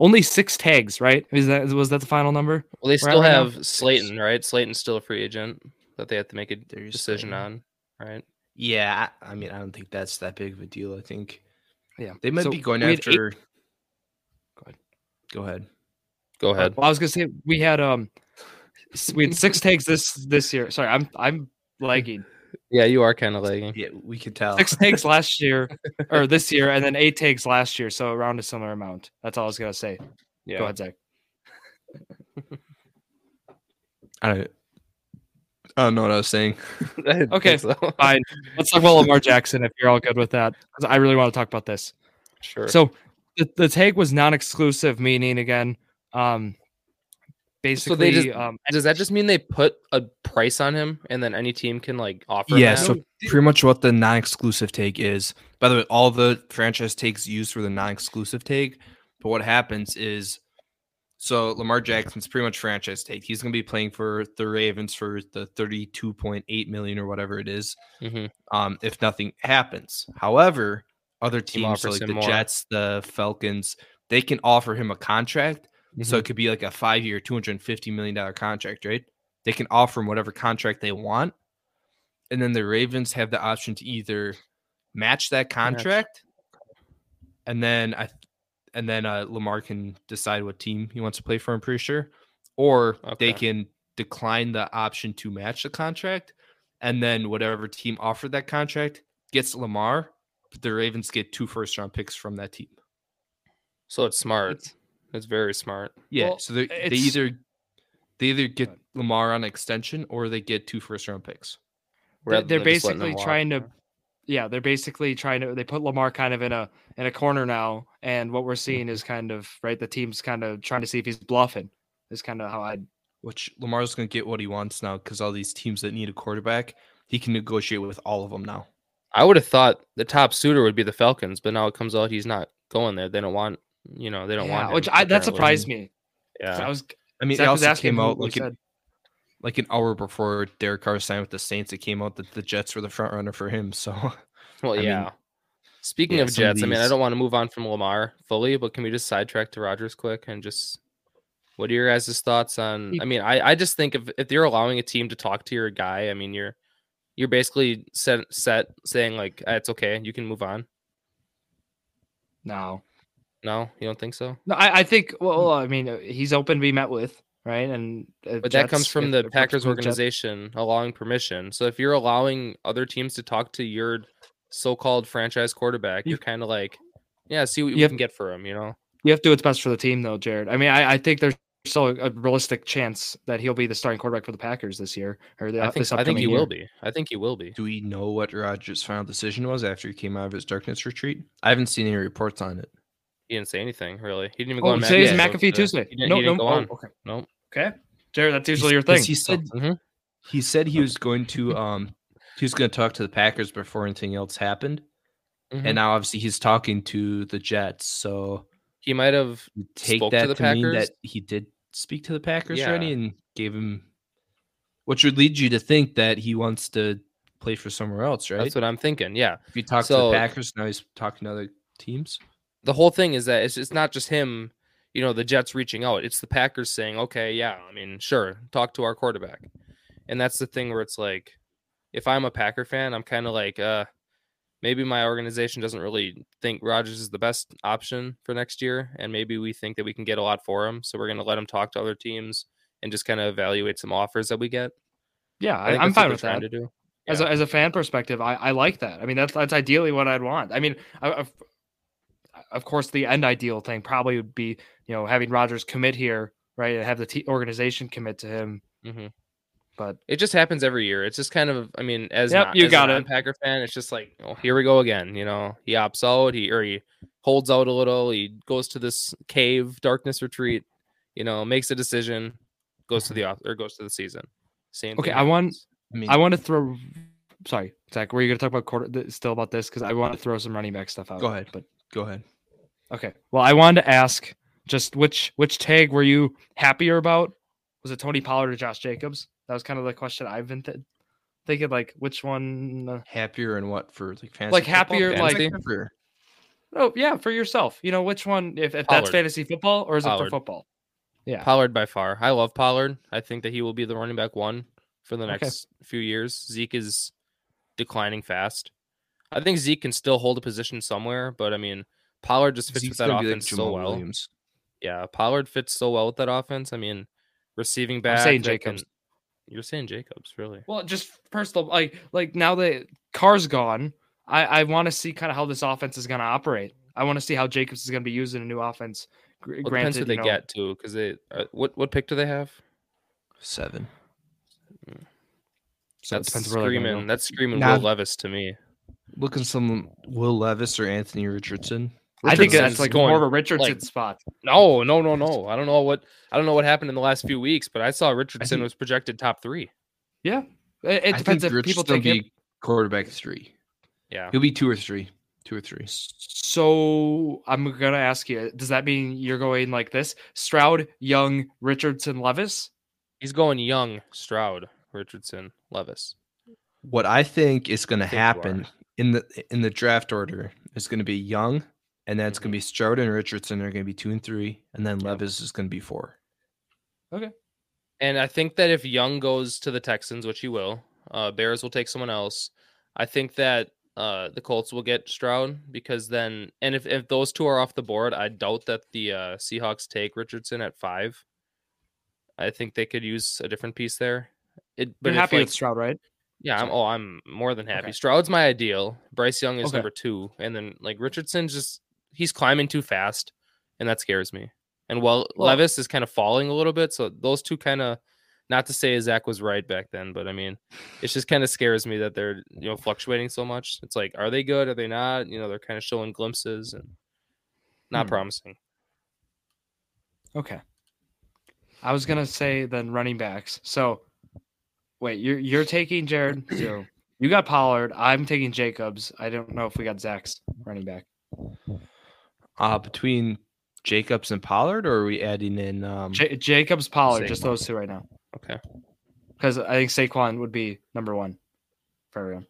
[SPEAKER 1] only six tags, right? Is that was that the final number?
[SPEAKER 2] Well,
[SPEAKER 1] We're
[SPEAKER 2] they
[SPEAKER 1] at
[SPEAKER 2] still
[SPEAKER 1] right now
[SPEAKER 2] have Slayton, right? Slayton's still a free agent that they have to make a
[SPEAKER 3] Darius
[SPEAKER 2] decision
[SPEAKER 3] Slayton.
[SPEAKER 2] on, right?
[SPEAKER 3] Yeah, I I mean, I don't think that's that big of a deal. I think
[SPEAKER 1] Yeah,
[SPEAKER 3] they might
[SPEAKER 1] So
[SPEAKER 3] be going
[SPEAKER 1] we had eight-
[SPEAKER 3] after. Go
[SPEAKER 1] ahead.
[SPEAKER 3] Go ahead.
[SPEAKER 2] Go ahead.
[SPEAKER 1] Well, I was gonna say we had um s- we had six tags this this year. Sorry, I'm I'm lagging.
[SPEAKER 2] Yeah, you are kind of lagging.
[SPEAKER 3] Yeah, we could tell.
[SPEAKER 1] Six tags last year or this year, and then eight tags last year. So around a similar amount. That's all I was gonna say.
[SPEAKER 2] Yeah.
[SPEAKER 1] Go ahead, Zach.
[SPEAKER 3] I don't, I don't know what I was saying.
[SPEAKER 2] I didn't
[SPEAKER 1] Okay,
[SPEAKER 2] think so.
[SPEAKER 1] fine. Let's talk about Lamar Jackson if you're all good with that. 'cause I really want to talk about this.
[SPEAKER 2] Sure.
[SPEAKER 1] So the, the tag was non-exclusive, meaning again, um, basically,
[SPEAKER 2] just-
[SPEAKER 1] um,
[SPEAKER 2] does that just mean they put a price on him and then any team can like offer? him
[SPEAKER 3] Yeah,
[SPEAKER 2] that?
[SPEAKER 3] so pretty much what the non-exclusive take is. By the way, all the franchise takes used for the non-exclusive take. But what happens is, so Lamar Jackson's pretty much franchise take. He's going to be playing for the Ravens for the thirty-two point eight million or whatever it is.
[SPEAKER 2] Mhm.
[SPEAKER 3] um, if nothing happens. However, other teams so
[SPEAKER 2] offers
[SPEAKER 3] like
[SPEAKER 2] him
[SPEAKER 3] the
[SPEAKER 2] more.
[SPEAKER 3] Jets, the Falcons, they can offer him a contract. So
[SPEAKER 2] Mhm.
[SPEAKER 3] it could be like a five year, $250 million contract, right? They can offer him whatever contract they want. And then the Ravens have the option to either match that contract and then I and then uh, Lamar can decide what team he wants to play for, I'm pretty sure. Or
[SPEAKER 2] Okay.
[SPEAKER 3] they can decline the option to match the contract and then whatever team offered that contract gets Lamar, but the Ravens get two first round picks from that team.
[SPEAKER 2] so it's smart. It's, very smart.
[SPEAKER 3] Yeah,
[SPEAKER 1] Well,
[SPEAKER 3] so they they
[SPEAKER 1] it's-
[SPEAKER 3] either they either get
[SPEAKER 1] ahead.
[SPEAKER 3] Lamar on extension or they get two first round picks.
[SPEAKER 1] they're,
[SPEAKER 2] rather
[SPEAKER 1] they're
[SPEAKER 2] than just letting
[SPEAKER 1] basically
[SPEAKER 2] him walk,
[SPEAKER 1] trying
[SPEAKER 2] you
[SPEAKER 1] to
[SPEAKER 2] know?
[SPEAKER 1] yeah, they're basically trying to they put Lamar kind of in a in a corner now, and what we're seeing is kind of right. The team's kind of trying to see if he's bluffing. Is kind of how I.
[SPEAKER 3] Which Lamar's going to get what he wants now because all these teams that need a quarterback, he can negotiate with all of them now.
[SPEAKER 2] I would have thought the top suitor would be the Falcons, but now it comes out he's not going there. They don't want, you know, they don't want.
[SPEAKER 1] Yeah,
[SPEAKER 2] him,
[SPEAKER 1] which I, that
[SPEAKER 2] apparently.
[SPEAKER 1] surprised me. 'cause I
[SPEAKER 2] Yeah,
[SPEAKER 1] was
[SPEAKER 3] I mean,
[SPEAKER 1] Zach
[SPEAKER 3] it
[SPEAKER 1] was
[SPEAKER 3] also
[SPEAKER 1] asking
[SPEAKER 3] came
[SPEAKER 1] who
[SPEAKER 3] out
[SPEAKER 1] we
[SPEAKER 3] like
[SPEAKER 1] said.
[SPEAKER 3] an, like an hour before Derek Carr signed with the Saints. It came out that the Jets were the front runner for him. So
[SPEAKER 2] well,
[SPEAKER 3] I mean,
[SPEAKER 2] yeah. Speaking
[SPEAKER 3] yeah,
[SPEAKER 2] of
[SPEAKER 3] some of
[SPEAKER 2] Jets, I mean, I
[SPEAKER 3] these-
[SPEAKER 2] don't want to move on from Lamar fully, but can we just sidetrack to Rogers quick and just what are your guys' thoughts on?
[SPEAKER 1] He-
[SPEAKER 2] I mean, I, I just think if if you're allowing a team to talk to your guy, I mean, you're you're basically set set saying like "Ah, it's okay, you can move on.
[SPEAKER 1] no,
[SPEAKER 2] No, you don't think so?
[SPEAKER 1] no. I, I think
[SPEAKER 3] Hmm.
[SPEAKER 1] well, I mean, uh, he's open to be met with, right? And uh,
[SPEAKER 2] But that comes
[SPEAKER 1] Jets,
[SPEAKER 2] from
[SPEAKER 1] if
[SPEAKER 2] the
[SPEAKER 1] they're
[SPEAKER 2] Packers
[SPEAKER 1] comfortable with Jets-
[SPEAKER 2] organization allowing permission. So if you're allowing other teams to talk to your so-called franchise quarterback,
[SPEAKER 1] You-
[SPEAKER 2] you're kind of like, yeah, see what
[SPEAKER 1] You
[SPEAKER 2] you
[SPEAKER 1] have-
[SPEAKER 2] can get for him, you know?
[SPEAKER 1] You have to do what's best for the team, though, Jared. I mean, I, I think there's still a, a realistic chance that he'll be the starting quarterback for the Packers this year, or the, uh,
[SPEAKER 2] I think
[SPEAKER 1] this
[SPEAKER 2] I
[SPEAKER 1] upcoming
[SPEAKER 2] think he
[SPEAKER 1] year.
[SPEAKER 2] will be. I think he will be.
[SPEAKER 3] do we know what Rogers' final decision was after he came out of his darkness retreat? I haven't seen any reports on it.
[SPEAKER 2] He didn't say anything really. He didn't even go
[SPEAKER 1] Oh,
[SPEAKER 2] on
[SPEAKER 1] today's
[SPEAKER 2] Show
[SPEAKER 1] McAfee
[SPEAKER 2] today.
[SPEAKER 1] Tuesday.
[SPEAKER 2] He didn't,
[SPEAKER 1] no,
[SPEAKER 2] he didn't
[SPEAKER 1] no,
[SPEAKER 2] go
[SPEAKER 1] oh,
[SPEAKER 2] on.
[SPEAKER 1] okay,
[SPEAKER 2] Nope.
[SPEAKER 1] okay, Jared, that's usually your thing.
[SPEAKER 3] Because He
[SPEAKER 1] so-
[SPEAKER 3] said
[SPEAKER 2] Mhm.
[SPEAKER 3] he said he was going to um he was going to talk to the Packers before anything else happened,
[SPEAKER 2] Mhm.
[SPEAKER 3] and now obviously he's talking to the Jets. So
[SPEAKER 2] he might have.
[SPEAKER 3] you take
[SPEAKER 2] Spoke to
[SPEAKER 3] that
[SPEAKER 2] the
[SPEAKER 3] to, mean
[SPEAKER 2] Packers?
[SPEAKER 3] that he did speak to the Packers
[SPEAKER 2] Yeah.
[SPEAKER 3] already and gave him, which would lead you to think that he wants to play for somewhere else, right?
[SPEAKER 2] That's what I'm thinking. Yeah.
[SPEAKER 3] if you talk to
[SPEAKER 2] so-
[SPEAKER 3] the Packers, now he's talking to other teams.
[SPEAKER 2] the whole thing is that it's, it's not just him, you know, the Jets reaching out. It's the Packers saying, okay, yeah, I mean, sure, talk to our quarterback. And that's the thing where it's like, if I'm a Packer fan, I'm kind of like, uh, maybe my organization doesn't really think Rodgers is the best option for next year. And maybe we think that we can get a lot for him. So we're going to let him talk to other teams and just kind of evaluate some offers that we get.
[SPEAKER 1] yeah,
[SPEAKER 2] I
[SPEAKER 1] I,
[SPEAKER 2] think
[SPEAKER 1] I'm
[SPEAKER 2] that's what
[SPEAKER 1] fine
[SPEAKER 2] they're
[SPEAKER 1] with
[SPEAKER 2] trying
[SPEAKER 1] that.
[SPEAKER 2] To do.
[SPEAKER 1] As,
[SPEAKER 2] Yeah.
[SPEAKER 1] a, as a fan perspective, I, I like that. I mean, that's that's ideally what I'd want. I mean, I, of, of course, the end ideal thing probably would be you know having Rogers commit here, right, and have the t- organization commit to him.
[SPEAKER 2] hmm
[SPEAKER 1] But
[SPEAKER 2] It just happens every year. It's just kind of, I mean, as
[SPEAKER 1] Yep,
[SPEAKER 2] not,
[SPEAKER 1] you
[SPEAKER 2] as
[SPEAKER 1] got it.
[SPEAKER 2] a Packer fan, it's just like, oh, here we go again. You know, he opts out, he or he holds out a little, he goes to this cave darkness retreat. You know, makes a decision, goes to the off or goes to the season. Same.
[SPEAKER 1] Okay,
[SPEAKER 2] thing
[SPEAKER 1] I want-
[SPEAKER 2] happens.
[SPEAKER 3] I mean,
[SPEAKER 1] I want to throw. Sorry, Zach, were you going to talk about quarter th- still about this? Because I want to throw some running back stuff out.
[SPEAKER 3] Go ahead.
[SPEAKER 1] But
[SPEAKER 3] go ahead.
[SPEAKER 1] okay, well, I wanted to ask just which which tag were you happier about? Was it Tony Pollard or Josh Jacobs? That was kind of the question I've been th- thinking. Like which one? uh,
[SPEAKER 3] Happier and what for like fantasy?
[SPEAKER 1] Like,
[SPEAKER 3] football?
[SPEAKER 1] happier,
[SPEAKER 3] Fantasy
[SPEAKER 2] like-
[SPEAKER 3] or-
[SPEAKER 1] Oh yeah, for yourself. You know which one? If, if that's
[SPEAKER 2] Pollard.
[SPEAKER 1] fantasy football or is it
[SPEAKER 2] Pollard.
[SPEAKER 1] for football? Yeah.
[SPEAKER 2] Pollard by far. I love Pollard. I think that he will be the running back one for the
[SPEAKER 1] Okay.
[SPEAKER 2] next few years. Zeke is declining fast. I think Zeke can still hold a position somewhere, but I mean, Pollard just fits
[SPEAKER 3] Zeke's
[SPEAKER 2] with that
[SPEAKER 3] gonna be like
[SPEAKER 2] offense so
[SPEAKER 3] Jamal
[SPEAKER 2] well.
[SPEAKER 3] Williams.
[SPEAKER 2] Yeah, Pollard fits so well with that offense. I mean, receiving back.
[SPEAKER 1] saying
[SPEAKER 2] that
[SPEAKER 1] Jacobs.
[SPEAKER 2] you're saying Jacobs, really?
[SPEAKER 1] Well, just personal, like like now that Carr's gone, I I want to see kind of how this offense is going to operate. I want to see how Jacobs is going to be used in a new offense. Gr-
[SPEAKER 2] Well, it depends who they
[SPEAKER 1] you know-
[SPEAKER 2] get too, because they uh, what what pick do they have?
[SPEAKER 3] Seven.
[SPEAKER 1] So it
[SPEAKER 2] that's
[SPEAKER 1] depends where they're gonna
[SPEAKER 2] screaming.
[SPEAKER 1] go.
[SPEAKER 2] That's screaming
[SPEAKER 3] Nah.
[SPEAKER 2] Will Levis to me.
[SPEAKER 3] Looking some Will Levis or Anthony Richardson.
[SPEAKER 1] I think
[SPEAKER 2] Richardson's
[SPEAKER 1] that's like
[SPEAKER 2] going-
[SPEAKER 1] more of a Richardson spot.
[SPEAKER 2] No, no, no, no. I don't know what I don't know what happened in the last few weeks, but I saw Richardson
[SPEAKER 3] think-
[SPEAKER 2] was projected top three.
[SPEAKER 1] It, it
[SPEAKER 3] I
[SPEAKER 1] depends if
[SPEAKER 3] think
[SPEAKER 1] people
[SPEAKER 3] Richardson
[SPEAKER 1] take
[SPEAKER 3] will
[SPEAKER 1] him.
[SPEAKER 3] be quarterback three.
[SPEAKER 2] Yeah,
[SPEAKER 3] He'll be two or three. Two or three.
[SPEAKER 1] So I'm gonna ask you: Does that mean you're going like this? Stroud, Young, Richardson, Levis.
[SPEAKER 2] he's going young. Stroud, Richardson, Levis.
[SPEAKER 3] What I think is going to
[SPEAKER 2] think you are.
[SPEAKER 3] happen in the in the draft order is going to be Young, and then it's going to be Stroud and Richardson are going to be two and three, and then Levis is going to be four.
[SPEAKER 2] And I think that if Young goes to the Texans, which he will, uh, Bears will take someone else. I think that uh, the Colts will get Stroud because then, and if, if those two are off the board, I doubt that the uh, Seahawks take Richardson at five. I think they could use a different piece there. It, but
[SPEAKER 1] You're
[SPEAKER 2] if,
[SPEAKER 1] happy
[SPEAKER 2] like-
[SPEAKER 1] with Stroud, right?
[SPEAKER 2] yeah, I'm, oh, I'm more than happy.
[SPEAKER 1] Okay.
[SPEAKER 2] Stroud's my ideal. Bryce Young is
[SPEAKER 1] Okay.
[SPEAKER 2] number two, and then like Richardson's just he's climbing too fast, and that scares me. And while
[SPEAKER 1] Well-
[SPEAKER 2] Levis is kind of falling a little bit, so those two kind of Not to say Zach was right back then, but I mean, it just kind of scares me that they're you know fluctuating so much. It's like, are they good? Are they not? You know, they're kind of showing glimpses and not
[SPEAKER 1] Hmm.
[SPEAKER 2] promising.
[SPEAKER 1] Okay. I was gonna say then running backs. So wait, you're you're taking Jared. So you got Pollard. I'm taking Jacobs. I don't know if we got Zach's running back.
[SPEAKER 3] Uh, between Jacobs and Pollard, or are we adding in? Um,
[SPEAKER 1] Ja- Jacobs, Pollard, just
[SPEAKER 2] Saquon.
[SPEAKER 1] those two right now.
[SPEAKER 2] Okay.
[SPEAKER 1] Because I think Saquon would be number one for everyone.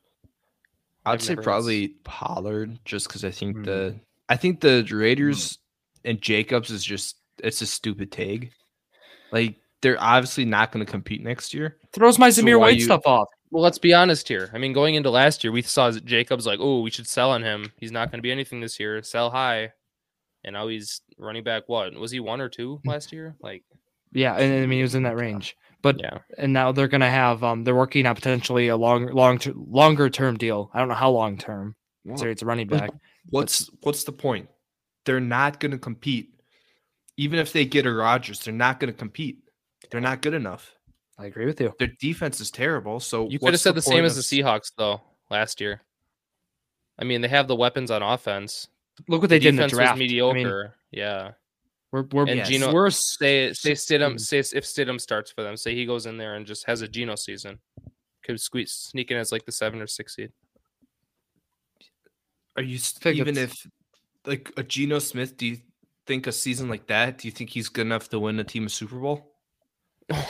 [SPEAKER 3] I'd
[SPEAKER 2] I've
[SPEAKER 3] say
[SPEAKER 2] never Mm. heard-
[SPEAKER 3] probably Pollard, just because I think
[SPEAKER 1] Hmm.
[SPEAKER 3] the I think the
[SPEAKER 2] Mm.
[SPEAKER 3] Raiders and Jacobs is just it's a stupid tag. Like they're obviously not going to compete next year.
[SPEAKER 1] Throws my
[SPEAKER 3] So
[SPEAKER 1] Zamir
[SPEAKER 3] why
[SPEAKER 1] White
[SPEAKER 3] you-
[SPEAKER 1] stuff off.
[SPEAKER 2] Well, let's be honest here. I mean, going into last year, we saw Jacobs like, oh, we should sell on him. He's not going to be anything this year. Sell high. And now he's running back. What was he one or two
[SPEAKER 1] Hmm.
[SPEAKER 2] last year? Like,
[SPEAKER 1] Yeah, and and I mean he was in that range.
[SPEAKER 2] yeah,
[SPEAKER 1] And now they're gonna have um they're working on potentially a long long ter- longer term deal. I don't know how long term. Considering it's a running back.
[SPEAKER 3] What's what's the point? They're not going to compete. Even if they get a Rodgers, they're not going to compete. They're not good enough.
[SPEAKER 1] I agree with you.
[SPEAKER 3] Their defense is terrible. So
[SPEAKER 2] you could have
[SPEAKER 3] what's
[SPEAKER 2] said the same
[SPEAKER 3] point
[SPEAKER 2] as the
[SPEAKER 3] of-
[SPEAKER 2] Seahawks though last year. I mean, they have the weapons on offense.
[SPEAKER 1] Look what they
[SPEAKER 2] the
[SPEAKER 1] did in the
[SPEAKER 2] defense
[SPEAKER 1] draft. I
[SPEAKER 2] was
[SPEAKER 1] mean,
[SPEAKER 2] mediocre. yeah.
[SPEAKER 1] We're we're,
[SPEAKER 2] And
[SPEAKER 1] yes.
[SPEAKER 2] Geno-
[SPEAKER 1] we're s-
[SPEAKER 2] Say say Stidham
[SPEAKER 1] Mm.
[SPEAKER 2] say if Stidham starts for them, say he goes in there and just has a Geno season, could squeeze sneak in as like the seven or six seed.
[SPEAKER 3] Are you s-
[SPEAKER 1] think
[SPEAKER 3] even
[SPEAKER 1] it's-
[SPEAKER 3] if like a Geno Smith? Do you think a season like that? Do you think he's good enough to win a team a Super Bowl?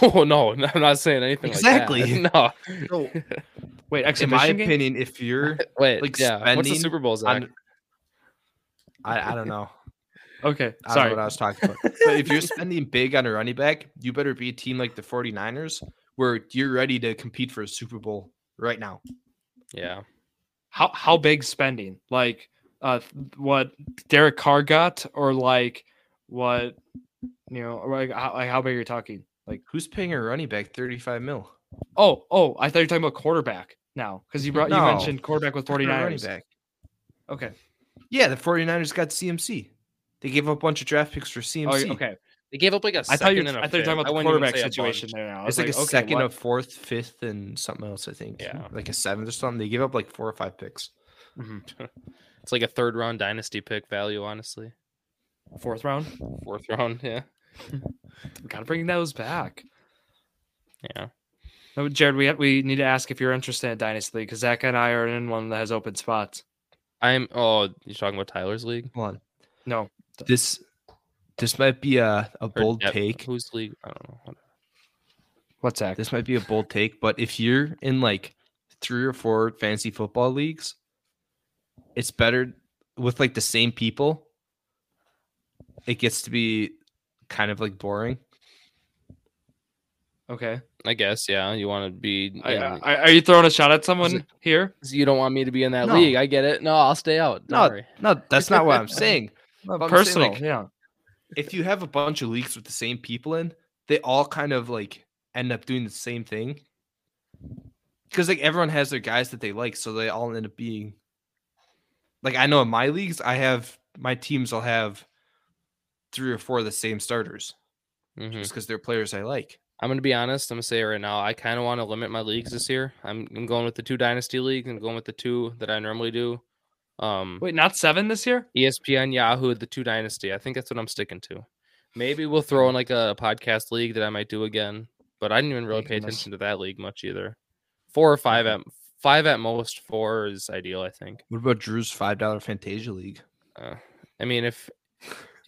[SPEAKER 2] Oh no, no, I'm not saying anything.
[SPEAKER 3] Exactly.
[SPEAKER 2] Like that. No.
[SPEAKER 3] No.
[SPEAKER 1] wait
[SPEAKER 3] In my
[SPEAKER 1] exhibition game.
[SPEAKER 3] opinion, if you're
[SPEAKER 2] Wait.
[SPEAKER 3] Like,
[SPEAKER 2] yeah. What's the
[SPEAKER 3] spending
[SPEAKER 2] Super Bowl? Zach?
[SPEAKER 3] on, I, I don't know.
[SPEAKER 1] Okay,
[SPEAKER 3] I don't know
[SPEAKER 1] sorry.
[SPEAKER 3] what I was talking about. But if you're spending big on a running back, you better be a team like the 49ers where you're ready to compete for a Super Bowl right now.
[SPEAKER 2] Yeah.
[SPEAKER 1] How how big spending? Like uh th- what Derek Carr got, or like what you know, or like how, like how big you're talking? Like
[SPEAKER 3] Who's paying a running back 35 mil?
[SPEAKER 1] oh oh, I thought you were talking about quarterback now because you brought you
[SPEAKER 3] No.
[SPEAKER 1] mentioned quarterback with
[SPEAKER 3] For a Running
[SPEAKER 1] 49ers.
[SPEAKER 3] back.
[SPEAKER 1] Okay,
[SPEAKER 3] Yeah, the 49ers got CMC. They gave up a bunch of draft picks for CMC.
[SPEAKER 1] oh, okay.
[SPEAKER 2] They gave up like a
[SPEAKER 1] I thought you
[SPEAKER 2] second and a
[SPEAKER 1] I thought you were
[SPEAKER 2] fifth.
[SPEAKER 1] talking about
[SPEAKER 2] I
[SPEAKER 1] the
[SPEAKER 2] wouldn't even
[SPEAKER 1] quarterback
[SPEAKER 2] say a
[SPEAKER 1] situation
[SPEAKER 2] bunch.
[SPEAKER 1] there now. I was
[SPEAKER 3] It's like, a
[SPEAKER 1] okay,
[SPEAKER 3] second,
[SPEAKER 1] what?
[SPEAKER 3] a fourth, fifth, and something else, I think.
[SPEAKER 2] Yeah.
[SPEAKER 3] Like a seventh or something. They give up like four or five picks.
[SPEAKER 2] Mm-hmm. It's like a third round dynasty pick value, honestly.
[SPEAKER 1] fourth round.
[SPEAKER 2] Fourth round. Yeah.
[SPEAKER 1] We gotta bring those back.
[SPEAKER 2] Yeah.
[SPEAKER 1] No, Jared, we we need to ask if you're interested in Dynasty League because Zach and I are in one that has open spots.
[SPEAKER 2] I'm. Oh, you're talking about Tyler's league
[SPEAKER 3] Hold on.
[SPEAKER 1] No,
[SPEAKER 3] This this might be a, a
[SPEAKER 2] Or
[SPEAKER 3] bold
[SPEAKER 2] Dev-
[SPEAKER 3] take.
[SPEAKER 2] Whose league? I don't know.
[SPEAKER 1] what's Zach?
[SPEAKER 3] This might be a bold take, but if you're in like three or four fantasy football leagues, it's better with like the same people. It gets to be kind of like boring.
[SPEAKER 1] Okay.
[SPEAKER 2] I guess. Yeah. You want to be.
[SPEAKER 1] I, uh,
[SPEAKER 2] in-
[SPEAKER 1] I, are you throwing a shot at someone here?
[SPEAKER 2] you don't want me to be in that
[SPEAKER 3] No.
[SPEAKER 2] league. I get it. No, I'll stay out. Don't
[SPEAKER 3] No.
[SPEAKER 2] worry.
[SPEAKER 3] No, that's not what I'm saying. But I'm saying,
[SPEAKER 1] Personal.
[SPEAKER 3] like,
[SPEAKER 1] yeah.
[SPEAKER 3] if you have a bunch of leagues with the same people in, they all kind of like end up doing the same thing. Because like everyone has their guys that they like, so they all end up being like I know in my leagues, I have my teams will have three or four of the same starters
[SPEAKER 2] Mhm.
[SPEAKER 3] just because they're players I like.
[SPEAKER 2] I'm gonna be honest. I'm gonna say it right now. I kind of want to limit my leagues this year. I'm, I'm going with the two dynasty leagues. I'm going with the two that I normally do. Um,
[SPEAKER 1] Wait, not seven this year?
[SPEAKER 2] E ESPN, Yahoo, the two dynasty. I think that's what I'm sticking to. Maybe we'll throw in like a podcast league that I might do again, but I didn't even really
[SPEAKER 1] Thank
[SPEAKER 2] pay
[SPEAKER 1] goodness.
[SPEAKER 2] attention to that league much either. Four or five at five at most. Four is ideal, I think.
[SPEAKER 3] What about Drew's five dollar Fantasia League?
[SPEAKER 2] Uh, I mean, if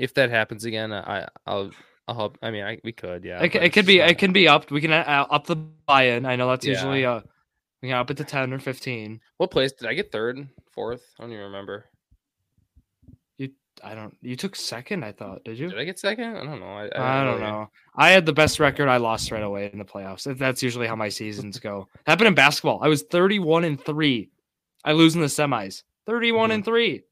[SPEAKER 2] if that happens again, I I'll I'll help. I mean, I, we could, yeah.
[SPEAKER 1] It, c-
[SPEAKER 2] but
[SPEAKER 1] it
[SPEAKER 2] it's
[SPEAKER 1] could
[SPEAKER 2] just
[SPEAKER 1] be.
[SPEAKER 2] not
[SPEAKER 1] It can be upped. We can uh, up the buy-in. I know that's
[SPEAKER 2] Yeah.
[SPEAKER 1] usually uh, we can up it to ten or fifteen.
[SPEAKER 2] What place did I get third, fourth? I don't even remember.
[SPEAKER 1] I don't. You took second, I thought. Did you?
[SPEAKER 2] Did I get second? I don't know. I,
[SPEAKER 1] I, don't
[SPEAKER 2] really-
[SPEAKER 1] know. I had the best record. I lost right away in the playoffs. That- That's usually how my seasons go. Happened in basketball. I was thirty-one and three. I lose in the semis. 31 and three.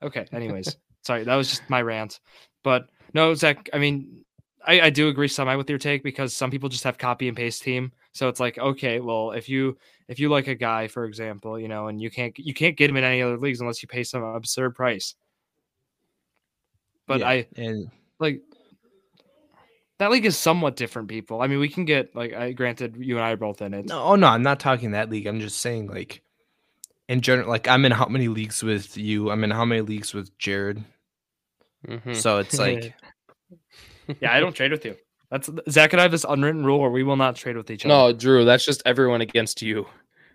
[SPEAKER 1] Okay. Anyways, sorry, that was just my rant. But no, Zach. I mean, I, I do agree semi with your take because some people just have copy and paste team. So it's like, okay, well, if you if you like a guy, for example, you know, and you can't you can't get him in any other leagues unless you pay some absurd price. But I
[SPEAKER 3] and
[SPEAKER 1] like That league is somewhat different, people. I mean, we can get like I granted you and I are both in it.
[SPEAKER 3] No, oh no, I'm not talking that league. I'm just saying like in general, like I'm in how many leagues with you? I'm in how many leagues with Jared?
[SPEAKER 2] Mhm.
[SPEAKER 3] So it's like
[SPEAKER 1] Yeah, I don't trade with you. That's Zach and I have this unwritten rule where we will not trade with each other.
[SPEAKER 2] No, Drew, that's just everyone against you.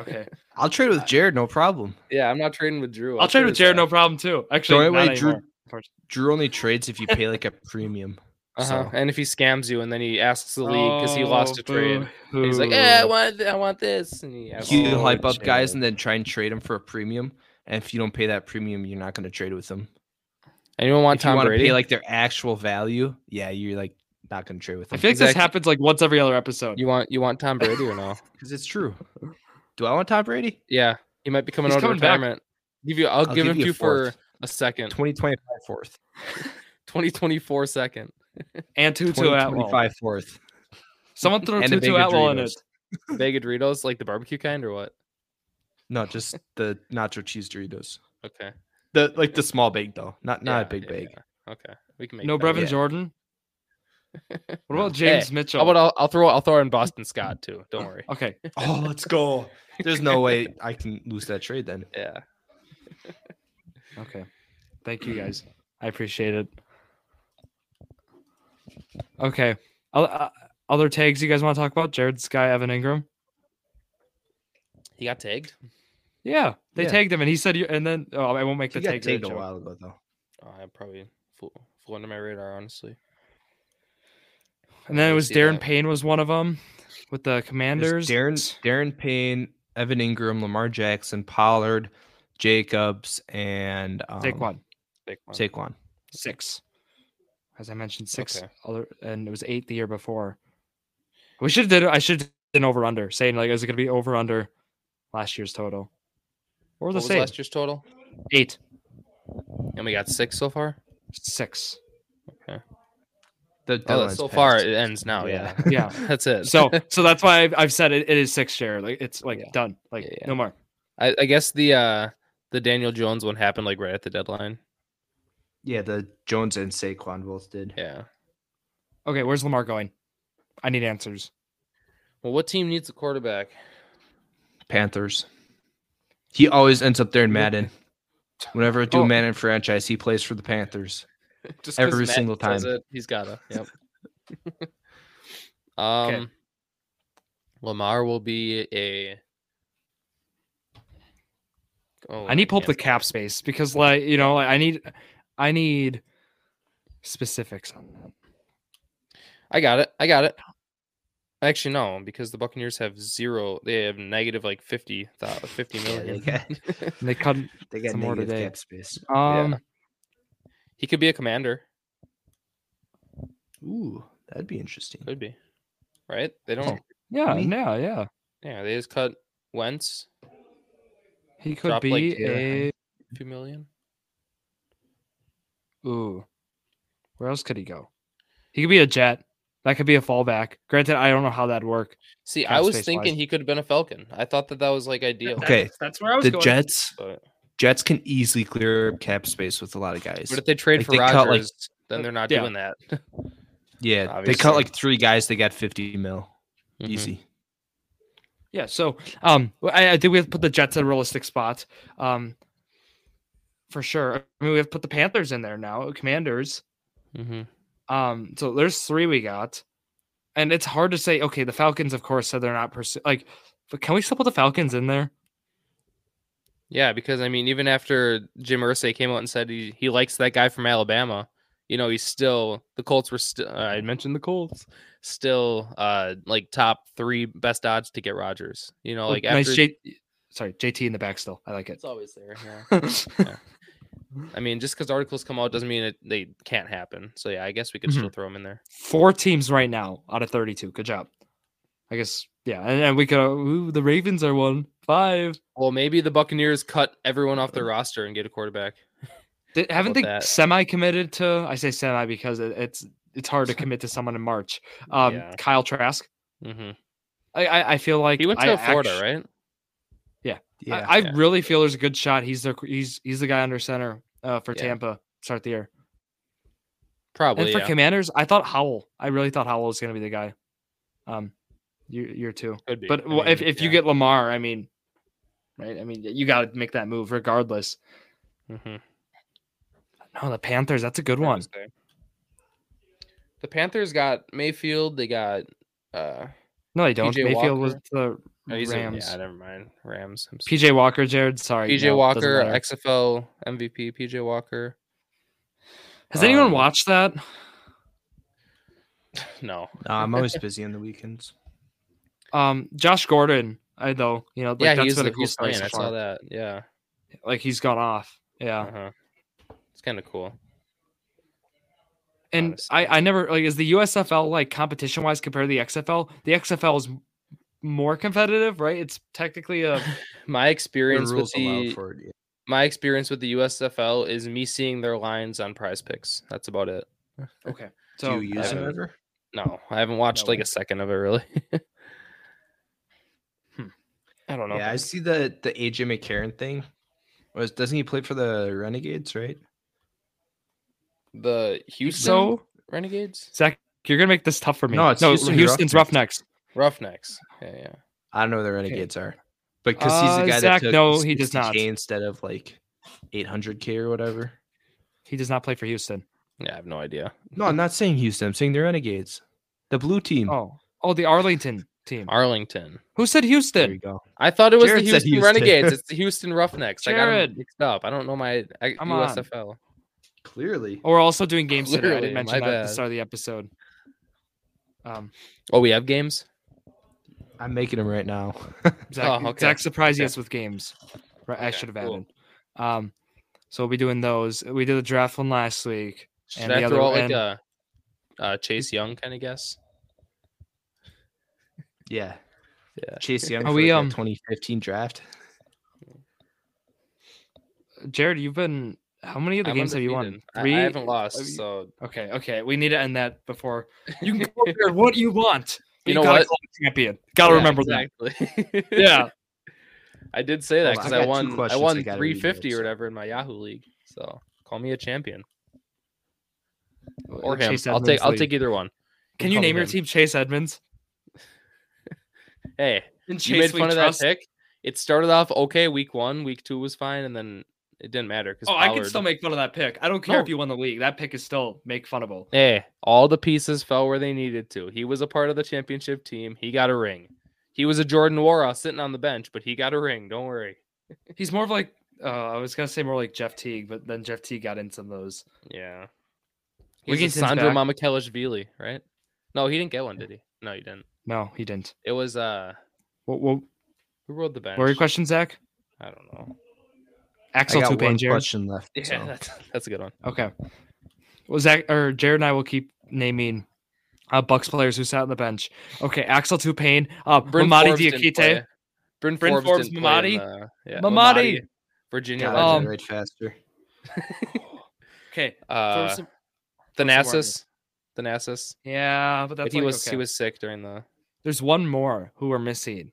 [SPEAKER 1] Okay.
[SPEAKER 3] I'll trade
[SPEAKER 1] Uh,
[SPEAKER 3] with Jared, no problem.
[SPEAKER 2] Yeah, I'm not trading with Drew.
[SPEAKER 1] I'll trade with Jared, no problem too. Actually,
[SPEAKER 3] only
[SPEAKER 1] not
[SPEAKER 3] way Drew-
[SPEAKER 1] anymore, unfortunately.
[SPEAKER 3] Drew only trades if you pay like a premium.
[SPEAKER 2] Uh-huh.
[SPEAKER 3] So-
[SPEAKER 2] And if he scams you and then he asks the league because he lost
[SPEAKER 1] Oh,
[SPEAKER 2] a trade,
[SPEAKER 1] boo-hoo.
[SPEAKER 2] and he's like, "Eh, "Yeah, I want, th- I want this," and he asks
[SPEAKER 3] You
[SPEAKER 2] for
[SPEAKER 3] hype
[SPEAKER 2] it.
[SPEAKER 3] up guys and then try and trade them for a premium. And if you don't pay that premium, you're not going to trade with them.
[SPEAKER 2] Anyone want
[SPEAKER 3] If you
[SPEAKER 2] Tom
[SPEAKER 3] want to
[SPEAKER 2] Brady?
[SPEAKER 3] pay like their actual value, yeah, you're like not going to trade with
[SPEAKER 1] I
[SPEAKER 3] them
[SPEAKER 1] feel like this
[SPEAKER 2] Exactly.
[SPEAKER 1] happens like once every other episode.
[SPEAKER 2] you want, you want Tom Brady or no?
[SPEAKER 3] because it's true. Do I want Tom Brady?
[SPEAKER 2] yeah, he might be coming
[SPEAKER 1] He's
[SPEAKER 2] out of
[SPEAKER 1] coming back.
[SPEAKER 2] retirement. Give you, I'll,
[SPEAKER 3] I'll
[SPEAKER 2] give,
[SPEAKER 3] give
[SPEAKER 2] him
[SPEAKER 3] you a
[SPEAKER 2] two for
[SPEAKER 3] fourth.
[SPEAKER 2] a second,
[SPEAKER 3] 2025 fourth.
[SPEAKER 2] 2024 second.
[SPEAKER 1] and Tutu Atwell.
[SPEAKER 3] 2025 fourth.
[SPEAKER 1] Someone throw
[SPEAKER 3] And a
[SPEAKER 1] Tutu
[SPEAKER 3] bag of
[SPEAKER 1] Atwell in
[SPEAKER 3] Doritos.
[SPEAKER 1] it.
[SPEAKER 2] Vega Doritos, like the barbecue kind or what?
[SPEAKER 3] No, just the nacho cheese Doritos.
[SPEAKER 2] Okay,
[SPEAKER 3] The like the small bag though, not not
[SPEAKER 2] Yeah,
[SPEAKER 3] a big
[SPEAKER 2] yeah,
[SPEAKER 3] bag.
[SPEAKER 2] yeah. Okay, we can make
[SPEAKER 1] No
[SPEAKER 2] that work.
[SPEAKER 1] Brevin
[SPEAKER 3] yeah.
[SPEAKER 1] Jordan. What about
[SPEAKER 2] Hey,
[SPEAKER 1] James Mitchell?
[SPEAKER 2] How about I'll, I'll throw, I'll throw in Boston Scott too. Don't worry.
[SPEAKER 1] okay,
[SPEAKER 3] Oh, let's go. There's no way I can lose that trade then.
[SPEAKER 2] Yeah.
[SPEAKER 1] okay. Thank you guys. I appreciate it. Okay. O- uh, Other tags you guys want to talk about? Jared Sky, Evan Ingram.
[SPEAKER 2] He got tagged.
[SPEAKER 1] Yeah, they
[SPEAKER 3] Yeah.
[SPEAKER 1] tagged him, and he said, you- and then oh, I won't make
[SPEAKER 3] He
[SPEAKER 1] the
[SPEAKER 3] got
[SPEAKER 1] tag.
[SPEAKER 3] tagged a
[SPEAKER 1] joke.
[SPEAKER 3] while ago though.
[SPEAKER 2] Oh, I probably flew, flew under my radar, honestly.
[SPEAKER 1] And then
[SPEAKER 2] I
[SPEAKER 1] it
[SPEAKER 2] didn't
[SPEAKER 1] was
[SPEAKER 2] see
[SPEAKER 1] Darren
[SPEAKER 2] that.
[SPEAKER 1] Payne was one of them with the Commanders.
[SPEAKER 3] There's Darren Darren Payne, Evan Ingram, Lamar Jackson, Pollard, Jacobs, and um,
[SPEAKER 1] Take one.
[SPEAKER 2] Big one.
[SPEAKER 3] Saquon.
[SPEAKER 1] six. As I mentioned, six
[SPEAKER 2] Okay.
[SPEAKER 1] other, and it was eight the year before. We should have did. I should have done over under, saying like, is it going to be over under last year's total, or
[SPEAKER 2] what
[SPEAKER 1] the
[SPEAKER 2] was
[SPEAKER 1] same
[SPEAKER 2] last year's total?
[SPEAKER 1] eight
[SPEAKER 2] And we got six so far.
[SPEAKER 1] six?
[SPEAKER 3] The
[SPEAKER 2] Oh,
[SPEAKER 3] deadline's
[SPEAKER 2] that's so far
[SPEAKER 3] passed.
[SPEAKER 2] it ends
[SPEAKER 3] Oh,
[SPEAKER 2] now. Yeah,
[SPEAKER 1] Yeah.
[SPEAKER 2] that's it.
[SPEAKER 1] so so that's why I've, I've said it, it is six share. Like it's like
[SPEAKER 2] Yeah.
[SPEAKER 1] done. Like
[SPEAKER 2] Yeah, yeah.
[SPEAKER 1] no more.
[SPEAKER 2] I, I guess the uh the Daniel Jones one happened like right at the deadline.
[SPEAKER 3] yeah, the Jones and Saquon both did.
[SPEAKER 2] Yeah.
[SPEAKER 1] Okay, where's Lamar going? I need answers.
[SPEAKER 2] Well, what team needs a quarterback?
[SPEAKER 3] Panthers. He always ends up there in Madden. Whenever I do
[SPEAKER 1] Oh.
[SPEAKER 3] a Madden franchise, he plays for the Panthers.
[SPEAKER 2] Just 'cause
[SPEAKER 3] Every
[SPEAKER 2] Matt
[SPEAKER 3] single
[SPEAKER 2] does
[SPEAKER 3] time.
[SPEAKER 2] it, he's gotta. Yep. um, Lamar will be a. Oh,
[SPEAKER 1] I need to pull up the
[SPEAKER 2] can't-
[SPEAKER 1] cap space because like you know like, I need I need specifics on that.
[SPEAKER 2] I got it. I got it. Actually, no, because the Buccaneers have zero. They have negative like 50, thou- 50 million.
[SPEAKER 3] got,
[SPEAKER 1] And they cut.
[SPEAKER 3] they
[SPEAKER 1] Some more
[SPEAKER 3] negative
[SPEAKER 1] today.
[SPEAKER 3] space.
[SPEAKER 1] Um,
[SPEAKER 2] He could be a commander.
[SPEAKER 3] Ooh, that'd be interesting.
[SPEAKER 2] Could be. Right? They
[SPEAKER 3] Oh.
[SPEAKER 2] don't.
[SPEAKER 1] yeah,
[SPEAKER 3] Me?
[SPEAKER 1] yeah, yeah.
[SPEAKER 2] Yeah, they just cut Wentz
[SPEAKER 1] He could
[SPEAKER 2] Drop, like,
[SPEAKER 1] be
[SPEAKER 2] Taylor
[SPEAKER 1] a
[SPEAKER 2] Heineke. a few million.
[SPEAKER 1] ooh. Where else could he go? He could be a jet. That could be a fallback. Granted, I don't know how that'd work.
[SPEAKER 2] See, I
[SPEAKER 1] Cap
[SPEAKER 2] was
[SPEAKER 1] space-wise.
[SPEAKER 2] thinking he could have been a Falcon. I thought that that was like ideal.
[SPEAKER 3] Okay,
[SPEAKER 1] that's, that's where I was
[SPEAKER 3] The
[SPEAKER 1] going.
[SPEAKER 3] Jets,
[SPEAKER 2] But,
[SPEAKER 3] Jets can easily clear cap space with a lot of guys.
[SPEAKER 2] but if they trade
[SPEAKER 3] Like,
[SPEAKER 2] for
[SPEAKER 3] they
[SPEAKER 2] Rodgers,
[SPEAKER 3] cut, like-
[SPEAKER 2] then they're not
[SPEAKER 1] Yeah.
[SPEAKER 2] doing that.
[SPEAKER 3] Yeah, they
[SPEAKER 2] obviously.
[SPEAKER 3] cut like three guys. They got fifty mil.
[SPEAKER 2] Mhm.
[SPEAKER 3] Easy.
[SPEAKER 1] Yeah, so um, w- I, I think we have to put the Jets in a realistic spot, um, for sure. I mean, we have to put the Panthers in there now, Commanders.
[SPEAKER 2] Mhm.
[SPEAKER 1] Um, so there's three we got, and it's hard to say. Okay, the Falcons, of course, said they're not pursuing. Like, but can we still put the Falcons in there?
[SPEAKER 2] Yeah, because I mean, even after Jim Irsay came out and said he, he likes that guy from Alabama, you know, he's still the Colts were still I mentioned the Colts still uh like top three best odds to get Rodgers. You know,
[SPEAKER 1] Oh,
[SPEAKER 2] like
[SPEAKER 1] nice
[SPEAKER 2] after
[SPEAKER 1] J- sorry, JT in the back still. I like it.
[SPEAKER 2] it's always there. Yeah.
[SPEAKER 1] yeah.
[SPEAKER 2] I mean, just because articles come out doesn't mean it, they can't happen. So yeah, I guess we could
[SPEAKER 1] Mhm.
[SPEAKER 2] still throw him in there.
[SPEAKER 1] Four teams right now out of 32. Good job. I guess, yeah. And, and we could, ooh, the Ravens are one, five.
[SPEAKER 2] Well, maybe the Buccaneers cut everyone off
[SPEAKER 1] Mm-hmm.
[SPEAKER 2] their roster and get a quarterback.
[SPEAKER 1] Did, haven't
[SPEAKER 2] about
[SPEAKER 1] they
[SPEAKER 2] that?
[SPEAKER 1] semi committed to, I say semi because it, it's, it's hard to commit to someone in March. Um,
[SPEAKER 2] Yeah.
[SPEAKER 1] Kyle Trask.
[SPEAKER 2] hmm
[SPEAKER 1] I, I, I feel like
[SPEAKER 2] He went
[SPEAKER 1] I
[SPEAKER 2] to Florida,
[SPEAKER 1] actu-
[SPEAKER 2] right?
[SPEAKER 3] Yeah,
[SPEAKER 1] I, I
[SPEAKER 2] yeah.
[SPEAKER 1] really feel there's a good shot. He's the he's he's the guy under center uh, for
[SPEAKER 2] Yeah.
[SPEAKER 1] Tampa start the year.
[SPEAKER 2] Probably.
[SPEAKER 1] and for
[SPEAKER 2] yeah.
[SPEAKER 1] Commanders, I thought Howell. I really thought Howell was going to be the guy. Um, year, year two.
[SPEAKER 2] Could be.
[SPEAKER 1] But
[SPEAKER 2] I
[SPEAKER 1] well, if
[SPEAKER 2] mean,
[SPEAKER 1] if you
[SPEAKER 2] yeah.
[SPEAKER 1] get Lamar, I mean, right? I mean, you got to make that move regardless.
[SPEAKER 2] Mhm.
[SPEAKER 1] No, the Panthers. That's a good
[SPEAKER 2] I
[SPEAKER 1] one.
[SPEAKER 2] would say. The Panthers got Mayfield. They got. uh
[SPEAKER 1] No, they don't.
[SPEAKER 2] PJ
[SPEAKER 1] Mayfield was
[SPEAKER 2] Walker.
[SPEAKER 1] the
[SPEAKER 2] no, he's in-
[SPEAKER 1] Rams.
[SPEAKER 2] Yeah, never mind. Rams. I'm sorry.
[SPEAKER 1] PJ Walker, Jared. Sorry,
[SPEAKER 2] PJ
[SPEAKER 1] no, doesn't
[SPEAKER 2] Walker,
[SPEAKER 1] matter.
[SPEAKER 2] XFL MVP. PJ Walker.
[SPEAKER 1] Has anyone
[SPEAKER 2] um,
[SPEAKER 1] watched that?
[SPEAKER 2] No.
[SPEAKER 3] No, I'm always busy on the weekends.
[SPEAKER 1] Um, Josh Gordon. I though you know like
[SPEAKER 2] yeah,
[SPEAKER 1] that's
[SPEAKER 2] he's,
[SPEAKER 1] been a
[SPEAKER 2] like,
[SPEAKER 1] cool
[SPEAKER 2] he's
[SPEAKER 1] story
[SPEAKER 2] playing.
[SPEAKER 1] so
[SPEAKER 2] I saw
[SPEAKER 1] far.
[SPEAKER 2] that. Yeah.
[SPEAKER 1] Like he's gone off. Yeah,
[SPEAKER 2] Uh huh. It's kind of cool.
[SPEAKER 1] and
[SPEAKER 2] honestly.
[SPEAKER 1] I I never like is the USFL like competition wise compared to the XFL? The XFL is m- more competitive, right? It's technically a
[SPEAKER 2] My
[SPEAKER 3] The
[SPEAKER 2] experience with
[SPEAKER 3] rules allow
[SPEAKER 2] the
[SPEAKER 3] for it. yeah.
[SPEAKER 2] my experience with the USFL is me seeing their lines on Prize Picks. That's about it.
[SPEAKER 1] okay.
[SPEAKER 3] Do
[SPEAKER 1] So
[SPEAKER 3] you use them
[SPEAKER 2] haven't-
[SPEAKER 3] ever?
[SPEAKER 2] No, I haven't watched
[SPEAKER 1] No
[SPEAKER 2] like
[SPEAKER 1] way.
[SPEAKER 2] a second of it really.
[SPEAKER 1] Hmm.
[SPEAKER 2] I don't know.
[SPEAKER 3] Yeah, I see the the AJ McCarron thing. Was doesn't he play for the Renegades, right?
[SPEAKER 2] The Houston
[SPEAKER 1] so
[SPEAKER 2] Renegades,
[SPEAKER 1] Zach, you're gonna make this tough for me.
[SPEAKER 3] No, it's
[SPEAKER 1] no,
[SPEAKER 3] Houston
[SPEAKER 1] Houston's Roughnecks.
[SPEAKER 2] Roughnecks. Yeah, yeah.
[SPEAKER 3] I don't know where the Renegades are, but because he's
[SPEAKER 1] Uh,
[SPEAKER 3] the guy
[SPEAKER 1] Zach,
[SPEAKER 3] that took
[SPEAKER 1] no, he does
[SPEAKER 3] 60K
[SPEAKER 1] not.
[SPEAKER 3] instead of like 800k or whatever.
[SPEAKER 1] He does not play for Houston.
[SPEAKER 2] Yeah, I have no idea.
[SPEAKER 3] No, I'm not saying Houston. I'm saying the Renegades, the blue team.
[SPEAKER 1] Oh, oh, the Arlington team.
[SPEAKER 2] Arlington.
[SPEAKER 1] Who said
[SPEAKER 3] there
[SPEAKER 1] Houston?
[SPEAKER 3] you go.
[SPEAKER 2] I thought it was
[SPEAKER 3] Jared
[SPEAKER 2] the
[SPEAKER 3] said
[SPEAKER 2] Houston,
[SPEAKER 3] Houston.
[SPEAKER 2] Renegades. It's the Houston Roughnecks. I got 'em
[SPEAKER 1] Jared.
[SPEAKER 2] mixed up. I don't know my uh, I,
[SPEAKER 1] Come on.
[SPEAKER 2] USFL.
[SPEAKER 3] Clearly,
[SPEAKER 1] Oh, we're also doing Game Center. I
[SPEAKER 2] Clearly,
[SPEAKER 1] didn't
[SPEAKER 2] my
[SPEAKER 1] mention that at
[SPEAKER 2] bad.
[SPEAKER 1] the start of the episode. Um,
[SPEAKER 2] Oh, we have games.
[SPEAKER 3] I'm making him right now.
[SPEAKER 1] Zach,
[SPEAKER 2] Oh, okay.
[SPEAKER 1] Zach surprised
[SPEAKER 2] Okay.
[SPEAKER 1] us with games. Right, I
[SPEAKER 2] Okay,
[SPEAKER 1] should have
[SPEAKER 2] cool.
[SPEAKER 1] added. Um, so we'll be doing those. We did the draft one last week.
[SPEAKER 2] Should
[SPEAKER 1] And
[SPEAKER 2] I
[SPEAKER 1] the
[SPEAKER 2] throw out
[SPEAKER 1] other
[SPEAKER 2] like
[SPEAKER 1] end-
[SPEAKER 2] a uh, Chase Young kind of guess?
[SPEAKER 3] yeah,
[SPEAKER 2] Yeah.
[SPEAKER 3] Chase Young.
[SPEAKER 1] Are
[SPEAKER 3] for,
[SPEAKER 1] we,
[SPEAKER 3] like, that
[SPEAKER 1] um,
[SPEAKER 3] 2015 draft?
[SPEAKER 1] Jared, you've been how many of the
[SPEAKER 2] I'm
[SPEAKER 1] games have you won?
[SPEAKER 2] undefeated. I- I, haven't lost.
[SPEAKER 1] Have you-
[SPEAKER 2] So
[SPEAKER 1] Okay, okay. We need to end that before you can go Jared, what do you want.
[SPEAKER 2] You know
[SPEAKER 1] gotta
[SPEAKER 2] what?
[SPEAKER 1] call a Champion. Gotta
[SPEAKER 2] Yeah,
[SPEAKER 1] remember
[SPEAKER 2] exactly.
[SPEAKER 1] that. Yeah.
[SPEAKER 2] I did say that because
[SPEAKER 3] Hold on, I
[SPEAKER 2] I,
[SPEAKER 3] got two
[SPEAKER 2] won. I
[SPEAKER 3] questions I
[SPEAKER 2] won
[SPEAKER 3] gotta read
[SPEAKER 2] three fifty or
[SPEAKER 3] here, so-
[SPEAKER 2] whatever in my Yahoo league. So call me a champion or
[SPEAKER 1] The
[SPEAKER 2] him.
[SPEAKER 1] Chase
[SPEAKER 2] I'll take. I'll
[SPEAKER 1] Edmonds
[SPEAKER 2] take
[SPEAKER 1] league.
[SPEAKER 2] either one.
[SPEAKER 1] Can you
[SPEAKER 2] call me
[SPEAKER 1] name your
[SPEAKER 2] him.
[SPEAKER 1] team Chase Edmonds?
[SPEAKER 2] Hey,
[SPEAKER 1] And Chase
[SPEAKER 2] you made
[SPEAKER 1] we
[SPEAKER 2] fun of that
[SPEAKER 1] trust.
[SPEAKER 2] pick. It started off okay. Week one, week two was fine, and then it didn't matter because
[SPEAKER 1] Oh, I can still make fun of that pick. I don't care
[SPEAKER 2] No.
[SPEAKER 1] if you won the league. That pick is still make funnable.
[SPEAKER 2] Hey, Eh, all the pieces fell where they needed to. He was a part of the championship team. He got a ring. He was a Jordan Wara sitting on the bench, but he got a ring. Don't worry.
[SPEAKER 1] He's more of like uh, I was gonna say more like Jeff Teague, but then Jeff Teague got in some of those.
[SPEAKER 2] Yeah. He's
[SPEAKER 1] Wigginton's
[SPEAKER 2] a Sandro
[SPEAKER 1] back.
[SPEAKER 2] Mamakelashvili, right? No, he didn't get one, did he? No, he didn't.
[SPEAKER 1] No, he didn't.
[SPEAKER 2] It was uh
[SPEAKER 1] What, what, what
[SPEAKER 2] who rode the bench?
[SPEAKER 1] were your questions, Zach?
[SPEAKER 2] I don't know.
[SPEAKER 1] Axel
[SPEAKER 3] I got
[SPEAKER 1] Tupain,
[SPEAKER 3] one
[SPEAKER 1] Jared.
[SPEAKER 3] question left.
[SPEAKER 2] Yeah,
[SPEAKER 3] so.
[SPEAKER 2] that's that's a good one.
[SPEAKER 1] Okay. Well, Zach or Jared and I will keep naming uh, Bucks players who sat on the bench. Okay, Axel Tupain, uh,
[SPEAKER 2] Bryn
[SPEAKER 1] Mamadi
[SPEAKER 2] Forbes didn't play.
[SPEAKER 1] Diakite.
[SPEAKER 2] Bryn,
[SPEAKER 1] Bryn
[SPEAKER 2] Forbes,
[SPEAKER 1] Forbes,
[SPEAKER 2] didn't play in
[SPEAKER 1] Mamadi.
[SPEAKER 2] the- yeah,
[SPEAKER 1] Mamadi.
[SPEAKER 2] Virginia
[SPEAKER 3] God,
[SPEAKER 1] Um,
[SPEAKER 3] I
[SPEAKER 2] legend.
[SPEAKER 3] generate faster.
[SPEAKER 1] Okay, throw
[SPEAKER 2] uh,
[SPEAKER 1] some-
[SPEAKER 2] Thanasis. Thanasis.
[SPEAKER 1] yeah, but that's
[SPEAKER 2] But he
[SPEAKER 1] like,
[SPEAKER 2] was
[SPEAKER 1] okay.
[SPEAKER 2] he was sick during the
[SPEAKER 1] There's one more who we're missing.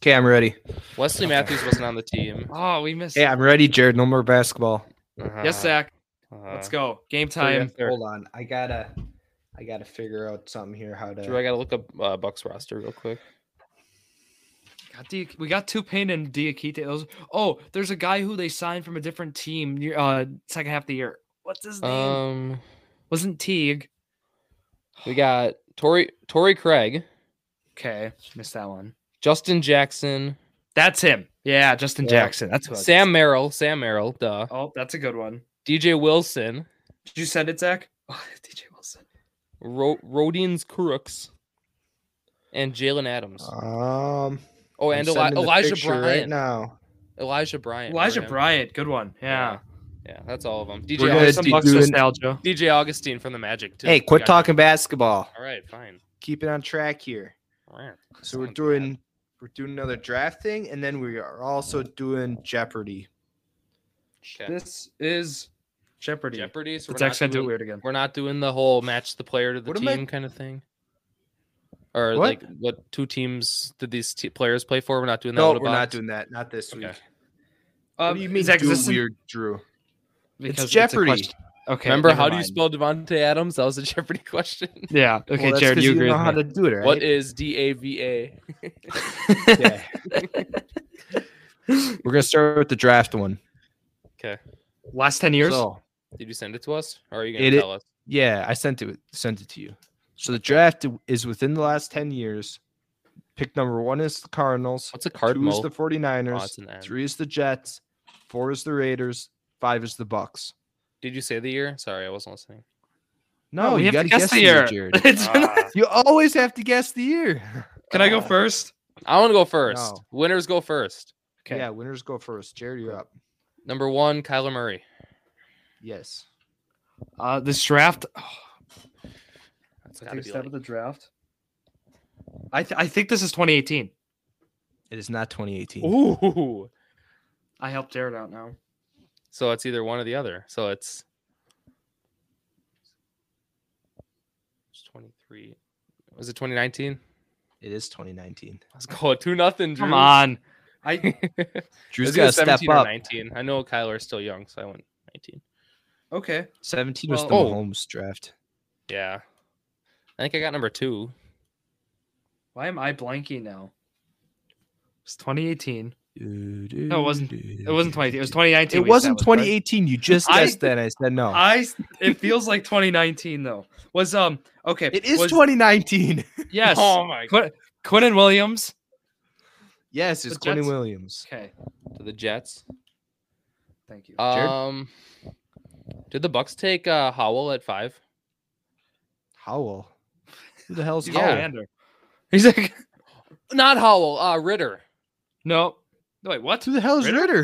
[SPEAKER 3] Okay, I'm ready.
[SPEAKER 2] Wesley
[SPEAKER 1] Okay.
[SPEAKER 2] Matthews wasn't on the team.
[SPEAKER 1] Oh, we missed.
[SPEAKER 3] Hey, I'm ready, Jared. No more basketball.
[SPEAKER 1] Yes, Zach.
[SPEAKER 2] Uh-huh, Uh,
[SPEAKER 1] Let's go. Game time.
[SPEAKER 2] Drew,
[SPEAKER 3] Hold on, I gotta, I gotta figure out something here. How to?
[SPEAKER 2] I gotta look up uh, Bucks roster real quick.
[SPEAKER 1] Got Dia- we got Tupain and Diakite. Those- Oh, there's a guy who they signed from a different team near, uh, second half of the year. What's his name?
[SPEAKER 3] Uh,
[SPEAKER 2] Um,
[SPEAKER 1] Wasn't Teague.
[SPEAKER 2] we got Tory Tory Craig,
[SPEAKER 1] Okay, missed that one.
[SPEAKER 2] Justin Jackson,
[SPEAKER 1] That's him. Yeah, Justin
[SPEAKER 2] Yeah.
[SPEAKER 1] Jackson. That's who I was
[SPEAKER 2] Sam Merrill, Sam Merrill, duh,
[SPEAKER 1] Oh, that's a good one.
[SPEAKER 2] DJ Wilson,
[SPEAKER 1] Did you send it, Zach? Oh, DJ Wilson.
[SPEAKER 2] Ro- Rodians Crooks, and Jalen Adams.
[SPEAKER 3] Um.
[SPEAKER 2] oh, and Eli- Elijah Bryant.
[SPEAKER 3] now.
[SPEAKER 2] Elijah Bryant. remember
[SPEAKER 1] Elijah
[SPEAKER 2] him?
[SPEAKER 1] Bryant. Good one. Yeah.
[SPEAKER 2] yeah, yeah, that's all of them.
[SPEAKER 3] We're
[SPEAKER 2] DJ,
[SPEAKER 3] gonna
[SPEAKER 1] Always some
[SPEAKER 3] do-
[SPEAKER 1] Bucks
[SPEAKER 3] do an-
[SPEAKER 1] nostalgia.
[SPEAKER 2] August- DJ Augustine from the Magic too.
[SPEAKER 3] Hey, quit
[SPEAKER 2] Gotcha.
[SPEAKER 3] talking basketball.
[SPEAKER 2] All right, fine.
[SPEAKER 3] Keep it on track here.
[SPEAKER 2] All right.
[SPEAKER 3] So we're
[SPEAKER 2] Sounds bad.
[SPEAKER 3] doing we're doing another draft thing, and then we are also doing Jeopardy.
[SPEAKER 2] Okay.
[SPEAKER 1] This is Jeopardy.
[SPEAKER 2] Jeopardy. So
[SPEAKER 1] The
[SPEAKER 2] we're
[SPEAKER 1] Zach's
[SPEAKER 2] not
[SPEAKER 1] gonna do it
[SPEAKER 2] doing,
[SPEAKER 1] weird again.
[SPEAKER 2] we're not doing the whole match the player to the
[SPEAKER 3] What am I-
[SPEAKER 2] team kind of thing. Or like
[SPEAKER 3] What?
[SPEAKER 2] what two teams did these t- players play for? We're not doing that.
[SPEAKER 3] No,
[SPEAKER 2] little
[SPEAKER 3] we're not
[SPEAKER 2] box?
[SPEAKER 3] doing that. Not this
[SPEAKER 2] Okay.
[SPEAKER 3] week.
[SPEAKER 1] Um,
[SPEAKER 3] what do you mean
[SPEAKER 1] Zach,
[SPEAKER 3] do
[SPEAKER 1] is this in-
[SPEAKER 3] weird, Drew?
[SPEAKER 1] because
[SPEAKER 3] It's
[SPEAKER 1] a
[SPEAKER 3] Jeopardy.
[SPEAKER 1] question- Okay.
[SPEAKER 2] Remember,
[SPEAKER 1] never
[SPEAKER 2] how do you
[SPEAKER 1] mind.
[SPEAKER 2] spell Devonte Adams? That was a Jeopardy question.
[SPEAKER 1] Yeah. Okay,
[SPEAKER 3] that's
[SPEAKER 1] Jared,
[SPEAKER 3] 'cause
[SPEAKER 1] you agree
[SPEAKER 3] know
[SPEAKER 1] with
[SPEAKER 3] how
[SPEAKER 1] me.
[SPEAKER 3] to do it, right?
[SPEAKER 2] What is D A V A?
[SPEAKER 3] yeah. We're gonna start with the draft one.
[SPEAKER 1] Last ten years.
[SPEAKER 3] So,
[SPEAKER 2] Did you send it to us, or are you gonna
[SPEAKER 3] It i-
[SPEAKER 2] tell us?
[SPEAKER 3] yeah, I sent it sent it to you. So the draft is within the last ten years. Pick number one is the Cardinals.
[SPEAKER 2] What's a
[SPEAKER 3] Two is
[SPEAKER 2] cardinal?
[SPEAKER 3] the 49ers.
[SPEAKER 2] Oh, it's an N.
[SPEAKER 3] Three is the Jets. Four is the Raiders. Five is the Bucks.
[SPEAKER 2] Did you say the year? Sorry, I wasn't listening.
[SPEAKER 3] No,
[SPEAKER 1] Oh, we
[SPEAKER 3] you
[SPEAKER 1] have
[SPEAKER 3] gotta
[SPEAKER 1] to guess, the year.
[SPEAKER 3] Jared.
[SPEAKER 1] It's been-
[SPEAKER 2] Ah.
[SPEAKER 3] You always have to guess the year.
[SPEAKER 1] Can I go
[SPEAKER 3] Uh,
[SPEAKER 1] first?
[SPEAKER 2] I want to go first.
[SPEAKER 3] No.
[SPEAKER 2] Winners go first.
[SPEAKER 1] Okay.
[SPEAKER 3] Yeah, winners go first. Jared, you're up.
[SPEAKER 2] Number one, Kyler Murray.
[SPEAKER 3] Yes.
[SPEAKER 1] Uh, this draft. oh,
[SPEAKER 2] That's
[SPEAKER 1] Take
[SPEAKER 2] gotta
[SPEAKER 1] a
[SPEAKER 2] be
[SPEAKER 1] stab
[SPEAKER 2] like-
[SPEAKER 1] at the draft. I th- I think this is 2018.
[SPEAKER 3] It is not 2018.
[SPEAKER 2] Ooh.
[SPEAKER 1] I helped Jared out now.
[SPEAKER 2] So it's either one or the other. So it's it's 23. Was it 2019?
[SPEAKER 3] It is 2019.
[SPEAKER 2] Let's go. Two nothing.
[SPEAKER 1] Come on. I
[SPEAKER 3] Drew's
[SPEAKER 2] Let's
[SPEAKER 3] got
[SPEAKER 2] go
[SPEAKER 3] to step
[SPEAKER 2] 17 or
[SPEAKER 3] up.
[SPEAKER 2] 19. I know Kyler's still young, so I went 19.
[SPEAKER 1] okay.
[SPEAKER 3] 17 was
[SPEAKER 1] Well-
[SPEAKER 3] the
[SPEAKER 2] Oh.
[SPEAKER 3] Mahomes draft.
[SPEAKER 2] Yeah. I think I got number two.
[SPEAKER 1] Why am I blanking now? It's 2018. it wasn't- It wasn't 2018. It was 2019.
[SPEAKER 3] It
[SPEAKER 1] we
[SPEAKER 3] wasn't
[SPEAKER 1] established, right?
[SPEAKER 3] 2018. You just
[SPEAKER 1] I-
[SPEAKER 3] guessed that. I said no.
[SPEAKER 1] I s- it feels like 2019 though. Was um okay.
[SPEAKER 3] it is
[SPEAKER 1] was-
[SPEAKER 3] 2019.
[SPEAKER 1] Yes.
[SPEAKER 2] Oh my
[SPEAKER 1] Quin- Quinnen Williams.
[SPEAKER 3] yes, it's
[SPEAKER 1] The
[SPEAKER 3] Quentin
[SPEAKER 1] Jets-
[SPEAKER 3] Williams.
[SPEAKER 1] Okay.
[SPEAKER 2] To the Jets.
[SPEAKER 1] Thank you.
[SPEAKER 3] Jared?
[SPEAKER 2] Um Did the Bucks take uh Howell at five?
[SPEAKER 3] Howell. Who the hell's
[SPEAKER 1] He's
[SPEAKER 2] yeah.
[SPEAKER 1] a
[SPEAKER 3] Howell?
[SPEAKER 1] commander. He's like
[SPEAKER 2] Not Howell, uh Ritter.
[SPEAKER 1] no. No, Wait, what?
[SPEAKER 3] Who the hell's
[SPEAKER 1] Ritter?
[SPEAKER 3] Ritter?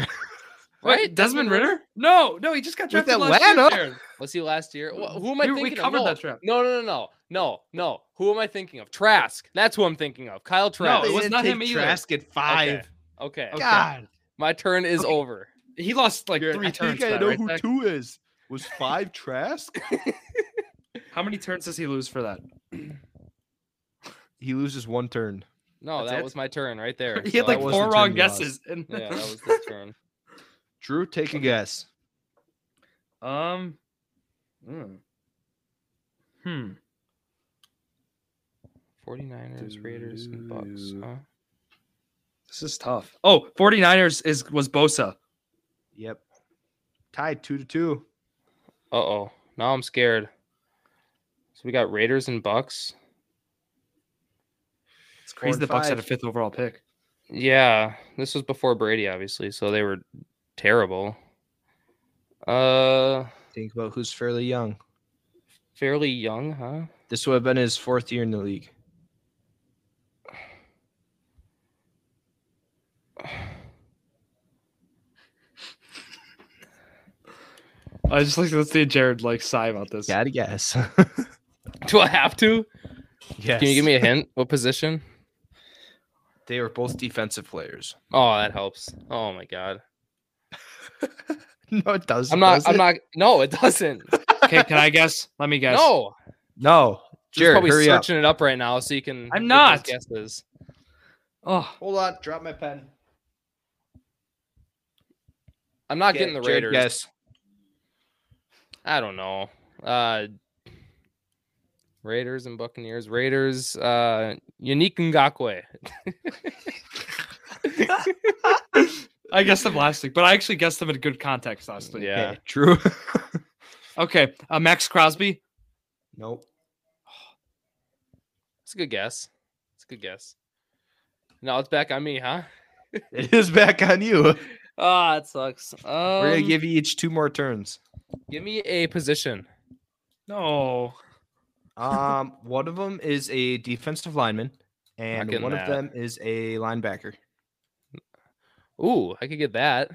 [SPEAKER 1] Right?
[SPEAKER 2] Right?
[SPEAKER 1] Desmond, Ritter? No, no, he just got
[SPEAKER 3] With
[SPEAKER 1] drafted last year,
[SPEAKER 3] Atlanta?
[SPEAKER 1] Jared.
[SPEAKER 2] Was he last year? Wh- Who am I
[SPEAKER 1] We- we
[SPEAKER 2] thinking
[SPEAKER 1] covered
[SPEAKER 2] of? No,
[SPEAKER 1] that trip.
[SPEAKER 2] No, no, no, no, no, no. Who am I thinking of? Trask. That's who I'm thinking of. Kyle Trask.
[SPEAKER 1] it was
[SPEAKER 3] didn't
[SPEAKER 1] not
[SPEAKER 3] take
[SPEAKER 1] him either.
[SPEAKER 3] Trask at five.
[SPEAKER 2] okay.
[SPEAKER 1] Okay.
[SPEAKER 3] God,
[SPEAKER 2] My turn is
[SPEAKER 1] Okay.
[SPEAKER 2] over.
[SPEAKER 1] He lost like
[SPEAKER 3] Jared,
[SPEAKER 1] three
[SPEAKER 3] I
[SPEAKER 1] turns.
[SPEAKER 3] think I
[SPEAKER 1] back,
[SPEAKER 3] know
[SPEAKER 1] right?
[SPEAKER 3] who
[SPEAKER 1] Zach?
[SPEAKER 3] two is. Was five Trask?
[SPEAKER 1] How many turns does he lose for that?
[SPEAKER 3] He loses one turn.
[SPEAKER 2] No,
[SPEAKER 1] That's
[SPEAKER 2] that
[SPEAKER 1] it?
[SPEAKER 2] was my turn right there.
[SPEAKER 1] He had
[SPEAKER 2] So
[SPEAKER 1] like
[SPEAKER 3] that
[SPEAKER 2] I
[SPEAKER 3] was
[SPEAKER 1] four
[SPEAKER 3] the
[SPEAKER 1] wrong
[SPEAKER 3] turn he lost.
[SPEAKER 1] guesses. And
[SPEAKER 2] was- Yeah, that was the turn.
[SPEAKER 3] Drew, take a guess.
[SPEAKER 1] um. mm. Hmm.
[SPEAKER 2] 49ers, Raiders, and Bucks.
[SPEAKER 3] Dude.
[SPEAKER 2] Huh?
[SPEAKER 1] This is tough. Oh, 49ers is was Bosa.
[SPEAKER 3] Yep. Tied two to two.
[SPEAKER 2] Uh oh. Now I'm scared. So we got Raiders and Bucks.
[SPEAKER 1] It's crazy.
[SPEAKER 3] and
[SPEAKER 1] The Bucks had a
[SPEAKER 3] five.
[SPEAKER 1] fifth overall pick.
[SPEAKER 2] Yeah, this was before Brady, obviously. So they were terrible. Uh,
[SPEAKER 3] Think about who's fairly young.
[SPEAKER 2] fairly young, huh?
[SPEAKER 3] This would have been his fourth year in the league.
[SPEAKER 1] I just like let's see Jared like sigh about this.
[SPEAKER 3] Gotta guess.
[SPEAKER 2] Do I have to?
[SPEAKER 3] yes.
[SPEAKER 2] Can you give me a hint? What position?
[SPEAKER 3] They were both defensive players.
[SPEAKER 2] Oh, that helps. Oh my god.
[SPEAKER 3] No, it doesn't.
[SPEAKER 2] I'm not
[SPEAKER 3] does
[SPEAKER 2] I'm
[SPEAKER 3] it?
[SPEAKER 2] not no, it doesn't.
[SPEAKER 1] Okay, can I guess? Let me guess.
[SPEAKER 2] No.
[SPEAKER 3] No.
[SPEAKER 2] Just
[SPEAKER 3] Jared,
[SPEAKER 2] probably
[SPEAKER 3] hurry up.
[SPEAKER 2] searching it up right now so you can
[SPEAKER 1] I'm
[SPEAKER 2] get those
[SPEAKER 1] not.
[SPEAKER 2] guesses.
[SPEAKER 1] Oh,
[SPEAKER 3] Hold on. Drop my pen.
[SPEAKER 2] I'm not getting the Raiders.
[SPEAKER 3] Yes.
[SPEAKER 2] I don't know. Uh Raiders and Buccaneers. Raiders, uh Unique Ngakwe.
[SPEAKER 1] I guessed them last week, but I actually guessed them in good context last week.
[SPEAKER 2] Yeah.
[SPEAKER 3] True.
[SPEAKER 1] Okay, uh, Max Crosby.
[SPEAKER 3] nope.
[SPEAKER 2] It's a good guess. It's a good guess. Now it's back on me, huh?
[SPEAKER 3] It is back on you.
[SPEAKER 2] Ah, it sucks. Um,
[SPEAKER 3] We're gonna give you each two more turns.
[SPEAKER 2] give me a position.
[SPEAKER 1] No.
[SPEAKER 3] Um, one of them is a defensive lineman, and
[SPEAKER 2] getting
[SPEAKER 3] one
[SPEAKER 2] that.
[SPEAKER 3] of them is a linebacker.
[SPEAKER 2] Ooh, I could get that.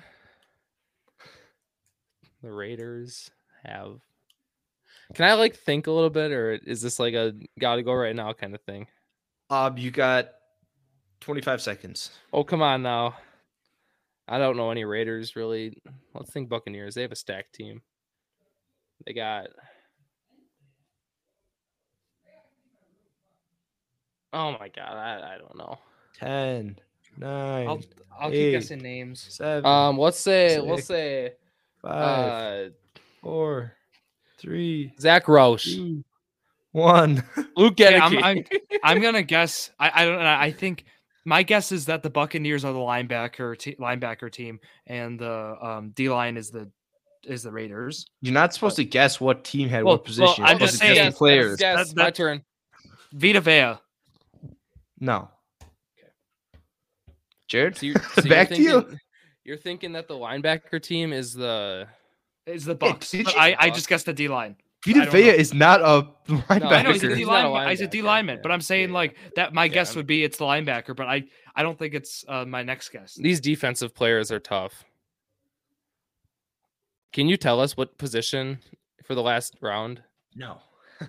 [SPEAKER 2] The Raiders have. Can I like think a little bit, or is this like a gotta go right now kind of thing?
[SPEAKER 3] Um, you got 25 seconds.
[SPEAKER 2] Oh, come on now. I don't know any Raiders really. Let's think Buccaneers. They have a stacked team. They got. Oh my god, I, I don't know.
[SPEAKER 3] 10, 9,
[SPEAKER 1] I'll I'll keep
[SPEAKER 3] Eight.
[SPEAKER 1] guessing names.
[SPEAKER 3] 7,
[SPEAKER 2] Um, let's say let's
[SPEAKER 1] uh,
[SPEAKER 3] Sick.
[SPEAKER 2] say
[SPEAKER 3] 5,
[SPEAKER 2] uh
[SPEAKER 3] 4, three,
[SPEAKER 2] Zach Roush.
[SPEAKER 3] two, one.
[SPEAKER 2] Luke
[SPEAKER 1] Yeah, I'm-
[SPEAKER 2] Genneke.
[SPEAKER 1] I'm- I'm gonna guess. I, I don't. know. I think my guess is that the Buccaneers are the linebacker te- linebacker team, and the um, D line is the is the Raiders.
[SPEAKER 3] You're not supposed to guess what team had
[SPEAKER 1] Well-
[SPEAKER 3] what position.
[SPEAKER 1] well, I'm
[SPEAKER 3] You're supposed
[SPEAKER 1] just
[SPEAKER 3] to guess
[SPEAKER 1] saying-
[SPEAKER 3] the players.
[SPEAKER 2] Yes,
[SPEAKER 1] That-
[SPEAKER 2] my
[SPEAKER 1] that-
[SPEAKER 2] turn.
[SPEAKER 1] Vita Vea.
[SPEAKER 3] No. Jared,
[SPEAKER 2] So you're, so you're
[SPEAKER 3] back to
[SPEAKER 2] thinking,
[SPEAKER 3] you.
[SPEAKER 2] You're thinking that the linebacker team is the
[SPEAKER 1] is the Bucks.
[SPEAKER 3] did
[SPEAKER 1] but
[SPEAKER 3] you-
[SPEAKER 1] I, I just guessed the D line. I
[SPEAKER 3] Vita
[SPEAKER 1] don't
[SPEAKER 3] Vea
[SPEAKER 1] know.
[SPEAKER 3] is not a
[SPEAKER 1] I know he's a
[SPEAKER 2] Backer.
[SPEAKER 1] D
[SPEAKER 3] linebacker.
[SPEAKER 2] He's not a
[SPEAKER 1] lineman. He's a D
[SPEAKER 2] linebacker,
[SPEAKER 1] lineman,
[SPEAKER 2] yeah.
[SPEAKER 1] but I'm saying
[SPEAKER 2] Yeah,
[SPEAKER 1] like that. My
[SPEAKER 2] Yeah,
[SPEAKER 1] guess
[SPEAKER 2] I'm-
[SPEAKER 1] would be it's linebacker, but I I don't think it's uh, my next guess.
[SPEAKER 2] these defensive players are tough. Can you tell us what position for the last round?
[SPEAKER 3] No.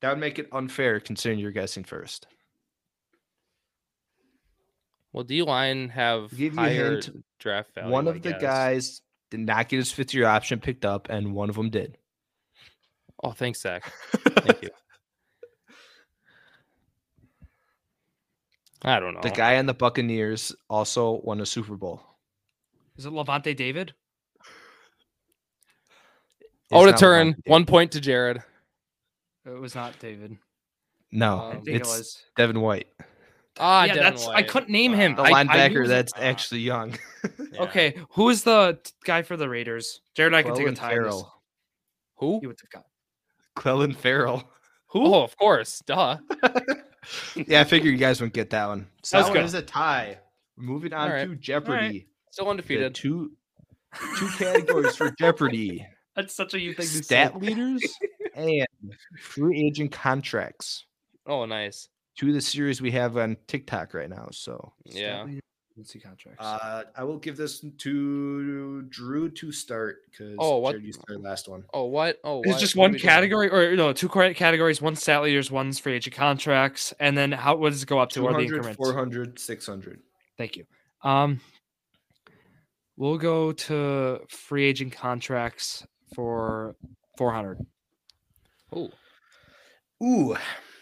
[SPEAKER 3] that would make it unfair considering you're guessing first.
[SPEAKER 2] Well, D line have
[SPEAKER 3] Give you a
[SPEAKER 2] higher
[SPEAKER 3] hint.
[SPEAKER 2] draft value.
[SPEAKER 3] one
[SPEAKER 2] I
[SPEAKER 3] of the
[SPEAKER 2] guess.
[SPEAKER 3] guys did not get his fifth year option picked up, and one of them did.
[SPEAKER 2] Oh, thanks, Zach. Thank you. I don't know.
[SPEAKER 3] The guy on the Buccaneers also won a Super Bowl.
[SPEAKER 1] Is it Levante David?
[SPEAKER 2] oh,
[SPEAKER 3] It's
[SPEAKER 2] to
[SPEAKER 3] not
[SPEAKER 2] turn.
[SPEAKER 3] Levante.
[SPEAKER 2] One point to Jared.
[SPEAKER 1] It was not David.
[SPEAKER 3] No,
[SPEAKER 1] I
[SPEAKER 2] Um,
[SPEAKER 1] think it
[SPEAKER 3] it's
[SPEAKER 1] was.
[SPEAKER 3] Devin White,
[SPEAKER 2] Ah,
[SPEAKER 1] Yeah,
[SPEAKER 2] Devin
[SPEAKER 1] that's- I
[SPEAKER 2] White.
[SPEAKER 1] couldn't name him.
[SPEAKER 3] the
[SPEAKER 1] I- I knew it
[SPEAKER 3] linebacker
[SPEAKER 1] was-
[SPEAKER 3] that's
[SPEAKER 2] Ah.
[SPEAKER 3] actually young.
[SPEAKER 2] Yeah.
[SPEAKER 1] Okay, who is the t- guy for the Raiders? Jared, I can take a
[SPEAKER 3] Clelin
[SPEAKER 1] tie. on this.
[SPEAKER 3] Farrell.
[SPEAKER 2] Who?
[SPEAKER 1] You would have got.
[SPEAKER 3] Clelin Farrell.
[SPEAKER 2] Who? Oh, of course. Duh.
[SPEAKER 3] yeah, I figured you guys wouldn't get that one. So
[SPEAKER 1] That's
[SPEAKER 3] that
[SPEAKER 1] good.
[SPEAKER 3] one is a tie. Moving on
[SPEAKER 2] All right.
[SPEAKER 3] to Jeopardy.
[SPEAKER 2] Still
[SPEAKER 3] The
[SPEAKER 2] undefeated.
[SPEAKER 3] two two categories for Jeopardy:
[SPEAKER 1] That's such a you thing.
[SPEAKER 3] stat leaders and free agent contracts.
[SPEAKER 2] Oh, nice.
[SPEAKER 3] Two of the series we have on TikTok right now. So
[SPEAKER 2] Yeah.
[SPEAKER 1] contracts.
[SPEAKER 3] uh, I will give this to Drew to start because
[SPEAKER 2] Oh, what-
[SPEAKER 3] you started last one.
[SPEAKER 2] Oh, what? Oh,
[SPEAKER 1] It's
[SPEAKER 2] what?
[SPEAKER 1] just
[SPEAKER 2] What are
[SPEAKER 1] one
[SPEAKER 2] we doing?
[SPEAKER 1] category, or no, two cor- categories. One stat leaders, one's free agent contracts, and then how what does it go up to? What are the
[SPEAKER 3] 200,
[SPEAKER 1] increments?
[SPEAKER 3] 400, 600.
[SPEAKER 1] Thank you. Um, we'll go to free agent contracts for 400.
[SPEAKER 2] Ooh.
[SPEAKER 3] Ooh,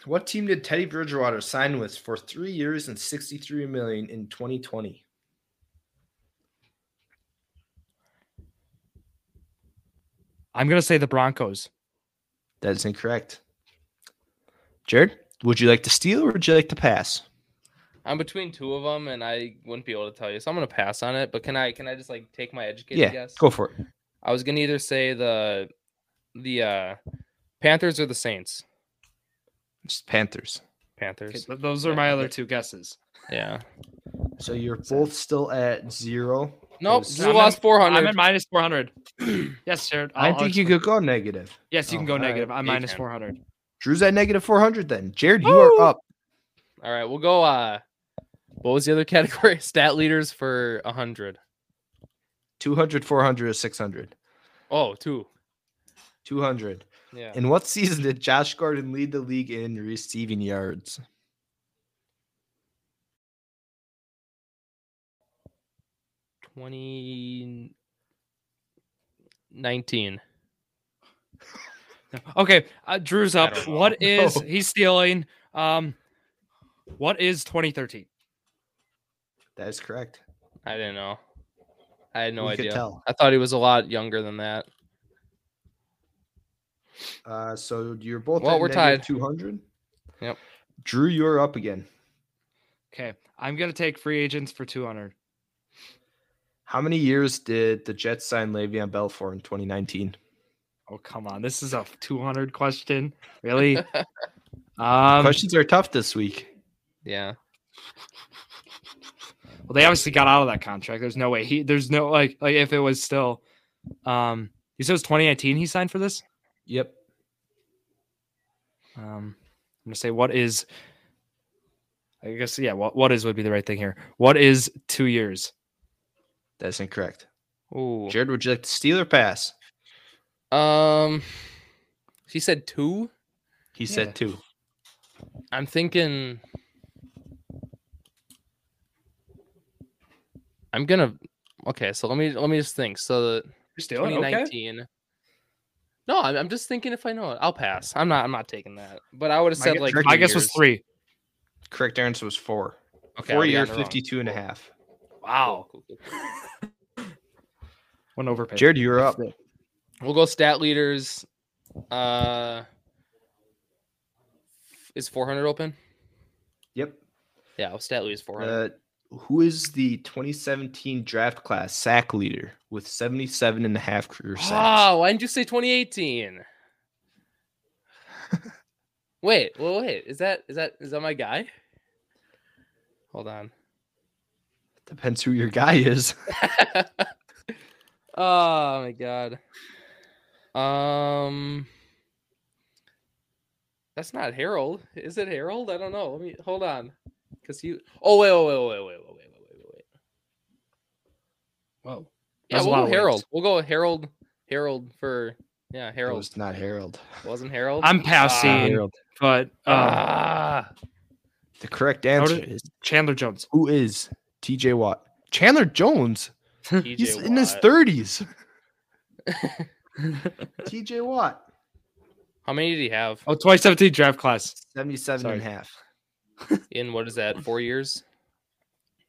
[SPEAKER 3] what team did Teddy Bridgewater sign with for three years and 63 million in 2020?
[SPEAKER 1] I'm gonna say the Broncos.
[SPEAKER 3] That is incorrect. Jared, would you like to steal or would you like to pass?
[SPEAKER 2] I'm between two of them, and I wouldn't be able to tell you, so I'm gonna pass on it. But can I? Can I just like take my educated
[SPEAKER 3] yeah,
[SPEAKER 2] guess?
[SPEAKER 3] go for it.
[SPEAKER 2] I was gonna either say the the uh Panthers or the Saints.
[SPEAKER 3] It's Panthers.
[SPEAKER 1] Okay,
[SPEAKER 2] Panthers.
[SPEAKER 1] th- those are my other two guesses.
[SPEAKER 2] Yeah.
[SPEAKER 3] So you're both still at zero.
[SPEAKER 2] Nope.
[SPEAKER 3] Those-
[SPEAKER 2] Drew
[SPEAKER 1] I'm in-
[SPEAKER 2] lost four
[SPEAKER 1] I'm at
[SPEAKER 2] hundred.
[SPEAKER 1] minus 400. yes, Jared.
[SPEAKER 3] I
[SPEAKER 1] I'll- I'll
[SPEAKER 3] think you
[SPEAKER 1] explain.
[SPEAKER 3] could go negative.
[SPEAKER 1] Yes, you can
[SPEAKER 3] Oh,
[SPEAKER 1] go
[SPEAKER 3] all right.
[SPEAKER 1] negative. I'm
[SPEAKER 2] Yeah, you
[SPEAKER 1] minus
[SPEAKER 2] can.
[SPEAKER 1] 400.
[SPEAKER 3] Drew's at negative 400 then. Jared, you
[SPEAKER 1] Woo!
[SPEAKER 3] are up.
[SPEAKER 2] All right, we'll go. uh What was the other category? Stat leaders for hundred.
[SPEAKER 3] 200, 400, or 600.
[SPEAKER 2] Oh, two.
[SPEAKER 3] 200.
[SPEAKER 2] Yeah.
[SPEAKER 3] In what season did Josh Gordon lead the league in receiving yards?
[SPEAKER 2] Twenty nineteen.
[SPEAKER 1] Okay, uh, Drew's
[SPEAKER 2] I
[SPEAKER 1] up.
[SPEAKER 2] don't know.
[SPEAKER 1] What is
[SPEAKER 3] No.
[SPEAKER 1] he's stealing? Um, what is 2013?
[SPEAKER 3] That is correct.
[SPEAKER 2] I didn't know. I had no
[SPEAKER 3] We
[SPEAKER 2] idea.
[SPEAKER 3] could tell.
[SPEAKER 2] I thought he was a lot younger than that.
[SPEAKER 3] Uh, so you're both
[SPEAKER 2] Well,
[SPEAKER 3] at
[SPEAKER 2] we're
[SPEAKER 3] negative
[SPEAKER 2] tied.
[SPEAKER 3] 200.
[SPEAKER 2] Yep.
[SPEAKER 3] Drew, you're up again.
[SPEAKER 1] Okay, I'm gonna take free agents for 200.
[SPEAKER 3] How many years did the Jets sign Le'Veon Bell for in 2019?
[SPEAKER 1] Oh come on, this is a 200 question, really? Um,
[SPEAKER 3] Questions are tough this week.
[SPEAKER 2] Yeah.
[SPEAKER 1] well, they obviously got out of that contract. There's no way he. There's no like like if it was still. Um, he said it was 2019. He signed for this.
[SPEAKER 3] Yep.
[SPEAKER 1] Um, I'm gonna say what is. I guess yeah. What what is would be the right thing here. What is two years?
[SPEAKER 3] That's incorrect.
[SPEAKER 2] Ooh.
[SPEAKER 3] Jared, would you like to steal or pass?
[SPEAKER 2] Um, he said two.
[SPEAKER 3] He
[SPEAKER 1] Yeah.
[SPEAKER 3] said two.
[SPEAKER 2] I'm thinking. I'm gonna. Okay, so let me let me just think. So the
[SPEAKER 1] You're stealing. Okay.
[SPEAKER 2] 2019. No, I'm, I'm just thinking if I know it, I'll pass. I'm not. I'm not taking that. But I would have
[SPEAKER 1] My
[SPEAKER 2] said
[SPEAKER 1] guess-
[SPEAKER 2] like.
[SPEAKER 1] my
[SPEAKER 2] two
[SPEAKER 1] guess was
[SPEAKER 2] years.
[SPEAKER 1] three.
[SPEAKER 3] Correct answer was four.
[SPEAKER 2] Okay, I
[SPEAKER 3] four
[SPEAKER 2] would've
[SPEAKER 3] year,
[SPEAKER 2] gotten it wrong.
[SPEAKER 3] 52 and a half.
[SPEAKER 1] Wow.
[SPEAKER 2] Cool, cool, cool.
[SPEAKER 1] One overpay.
[SPEAKER 3] Jared, you're up.
[SPEAKER 2] We'll go stat leaders. Uh, is 400 open?
[SPEAKER 3] Yep.
[SPEAKER 2] Yeah, well, stat leaders 400.
[SPEAKER 3] Uh, who is the 2017 draft class sack leader with 77 and a half career sacks?
[SPEAKER 2] oh, why didn't you say 2018? wait, well, wait. Is that is that is that my guy? Hold on.
[SPEAKER 3] Depends who your guy is.
[SPEAKER 2] oh my god. Um That's not Harold. Is it Harold? I don't know. Let me hold on. Cause you Oh wait, wait, wait, wait, wait, wait, wait, wait, wait, wait. Whoa. Yeah,
[SPEAKER 1] There's a
[SPEAKER 2] we'll
[SPEAKER 1] lot
[SPEAKER 2] go
[SPEAKER 1] of
[SPEAKER 2] Harold. We'll go Harold Harold for yeah,
[SPEAKER 3] It
[SPEAKER 2] Harold.
[SPEAKER 3] was not Harold.
[SPEAKER 2] Wasn't Harold?
[SPEAKER 1] I'm past
[SPEAKER 2] Ah.
[SPEAKER 3] Um,
[SPEAKER 1] seeing, but uh,
[SPEAKER 2] ah.
[SPEAKER 3] The correct
[SPEAKER 1] How
[SPEAKER 3] answer
[SPEAKER 1] did-
[SPEAKER 3] is
[SPEAKER 1] Chandler Jones.
[SPEAKER 3] who is TJ Watt? Chandler Jones.
[SPEAKER 2] TJ
[SPEAKER 3] He's in his
[SPEAKER 2] Watt.
[SPEAKER 3] 30s. TJ Watt.
[SPEAKER 2] How many did he have
[SPEAKER 1] Oh, 2017 draft class.
[SPEAKER 3] 77
[SPEAKER 1] Sorry.
[SPEAKER 3] and a half. Oh.
[SPEAKER 2] in what is that? 4 years?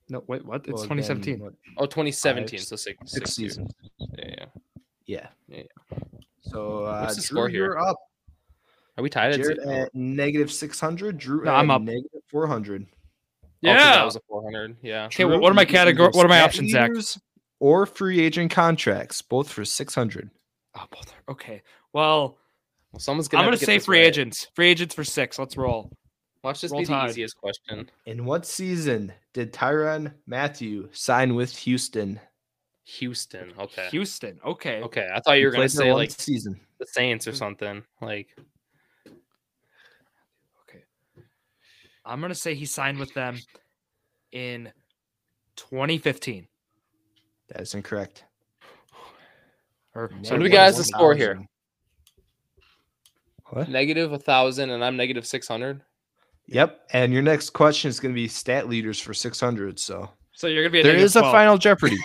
[SPEAKER 1] No, wait, what? It's
[SPEAKER 3] Well, then,
[SPEAKER 1] 2017.
[SPEAKER 3] what,
[SPEAKER 2] Oh, 2017,
[SPEAKER 3] Five,
[SPEAKER 2] so 6 6,
[SPEAKER 3] six
[SPEAKER 2] years.
[SPEAKER 3] seasons.
[SPEAKER 2] Yeah, yeah.
[SPEAKER 3] Yeah.
[SPEAKER 2] Yeah.
[SPEAKER 3] So uh,
[SPEAKER 2] What's the
[SPEAKER 3] Drew,
[SPEAKER 2] score here?
[SPEAKER 3] you're up.
[SPEAKER 2] Are we tied? at
[SPEAKER 3] Jared
[SPEAKER 2] six?
[SPEAKER 3] at negative 600. Drew
[SPEAKER 1] No,
[SPEAKER 3] at
[SPEAKER 1] I'm up.
[SPEAKER 3] negative 400.
[SPEAKER 2] Oh, 'cause
[SPEAKER 1] yeah.
[SPEAKER 2] that was a 400. Yeah.
[SPEAKER 1] Okay,
[SPEAKER 3] Drew,
[SPEAKER 1] what are my
[SPEAKER 3] you can
[SPEAKER 1] categor-
[SPEAKER 3] go
[SPEAKER 1] what are my
[SPEAKER 3] stat
[SPEAKER 1] options, Zach?
[SPEAKER 3] leaders Or free agent contracts, both for 600.
[SPEAKER 1] Oh, both are- okay. Well,
[SPEAKER 2] Well, someone's gonna.
[SPEAKER 1] I'm
[SPEAKER 2] have
[SPEAKER 1] going to
[SPEAKER 2] to get
[SPEAKER 1] say
[SPEAKER 2] this
[SPEAKER 1] free
[SPEAKER 2] right.
[SPEAKER 1] agents. Free agents for six. Let's roll.
[SPEAKER 2] Watch this
[SPEAKER 1] Roll
[SPEAKER 2] be the
[SPEAKER 1] Tide.
[SPEAKER 2] easiest question.
[SPEAKER 3] In what season did Tyron Matthew sign with Houston?
[SPEAKER 2] Houston. Okay.
[SPEAKER 1] Houston. Okay.
[SPEAKER 2] Okay. I thought you were
[SPEAKER 3] He
[SPEAKER 2] gonna
[SPEAKER 3] played there
[SPEAKER 2] say
[SPEAKER 3] one
[SPEAKER 2] like
[SPEAKER 3] season.
[SPEAKER 2] the Saints or something. Like
[SPEAKER 1] I'm going to say he signed with them in 2015.
[SPEAKER 3] That is incorrect.
[SPEAKER 1] Or
[SPEAKER 2] So do we
[SPEAKER 1] what
[SPEAKER 2] guys
[SPEAKER 1] is
[SPEAKER 2] the
[SPEAKER 1] it?
[SPEAKER 2] score here?
[SPEAKER 3] What?
[SPEAKER 2] negative a thousand, and I'm negative six hundred.
[SPEAKER 3] Yep. And your next question is going to be stat leaders for 600. So
[SPEAKER 1] So you're going to be
[SPEAKER 3] there is a
[SPEAKER 1] final.
[SPEAKER 3] final Jeopardy.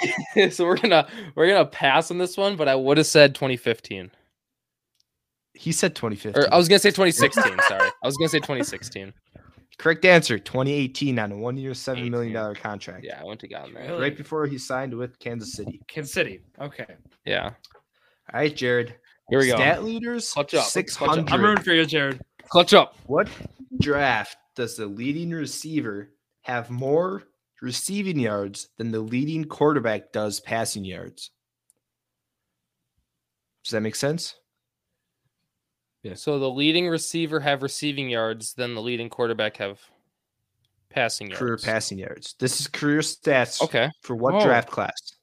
[SPEAKER 2] so we're gonna we're gonna pass on this one, but I would have said 2015,
[SPEAKER 3] he said 2015.
[SPEAKER 2] or I was gonna say 2016. sorry, I was gonna say 2016.
[SPEAKER 3] Correct answer 2018 on a one year, $7 million
[SPEAKER 2] Eighteen.
[SPEAKER 3] contract.
[SPEAKER 2] Yeah, I went to God there.
[SPEAKER 1] Really?
[SPEAKER 3] Right before he signed with Kansas City.
[SPEAKER 1] Kansas City. Okay.
[SPEAKER 2] Yeah.
[SPEAKER 3] All right, Jared.
[SPEAKER 2] Here we go.
[SPEAKER 3] Stat leaders
[SPEAKER 2] Clutch up, clutch up.
[SPEAKER 3] 600.
[SPEAKER 1] I'm rooting for you, Jared.
[SPEAKER 2] Clutch up.
[SPEAKER 3] What draft does the leading receiver have more receiving yards than the leading quarterback does passing yards? Does that make sense?
[SPEAKER 2] So the leading receiver have receiving yards, then the leading quarterback have passing yards.
[SPEAKER 3] Career passing yards. This is career stats
[SPEAKER 2] Okay.
[SPEAKER 3] for what
[SPEAKER 1] Oh.
[SPEAKER 3] draft class?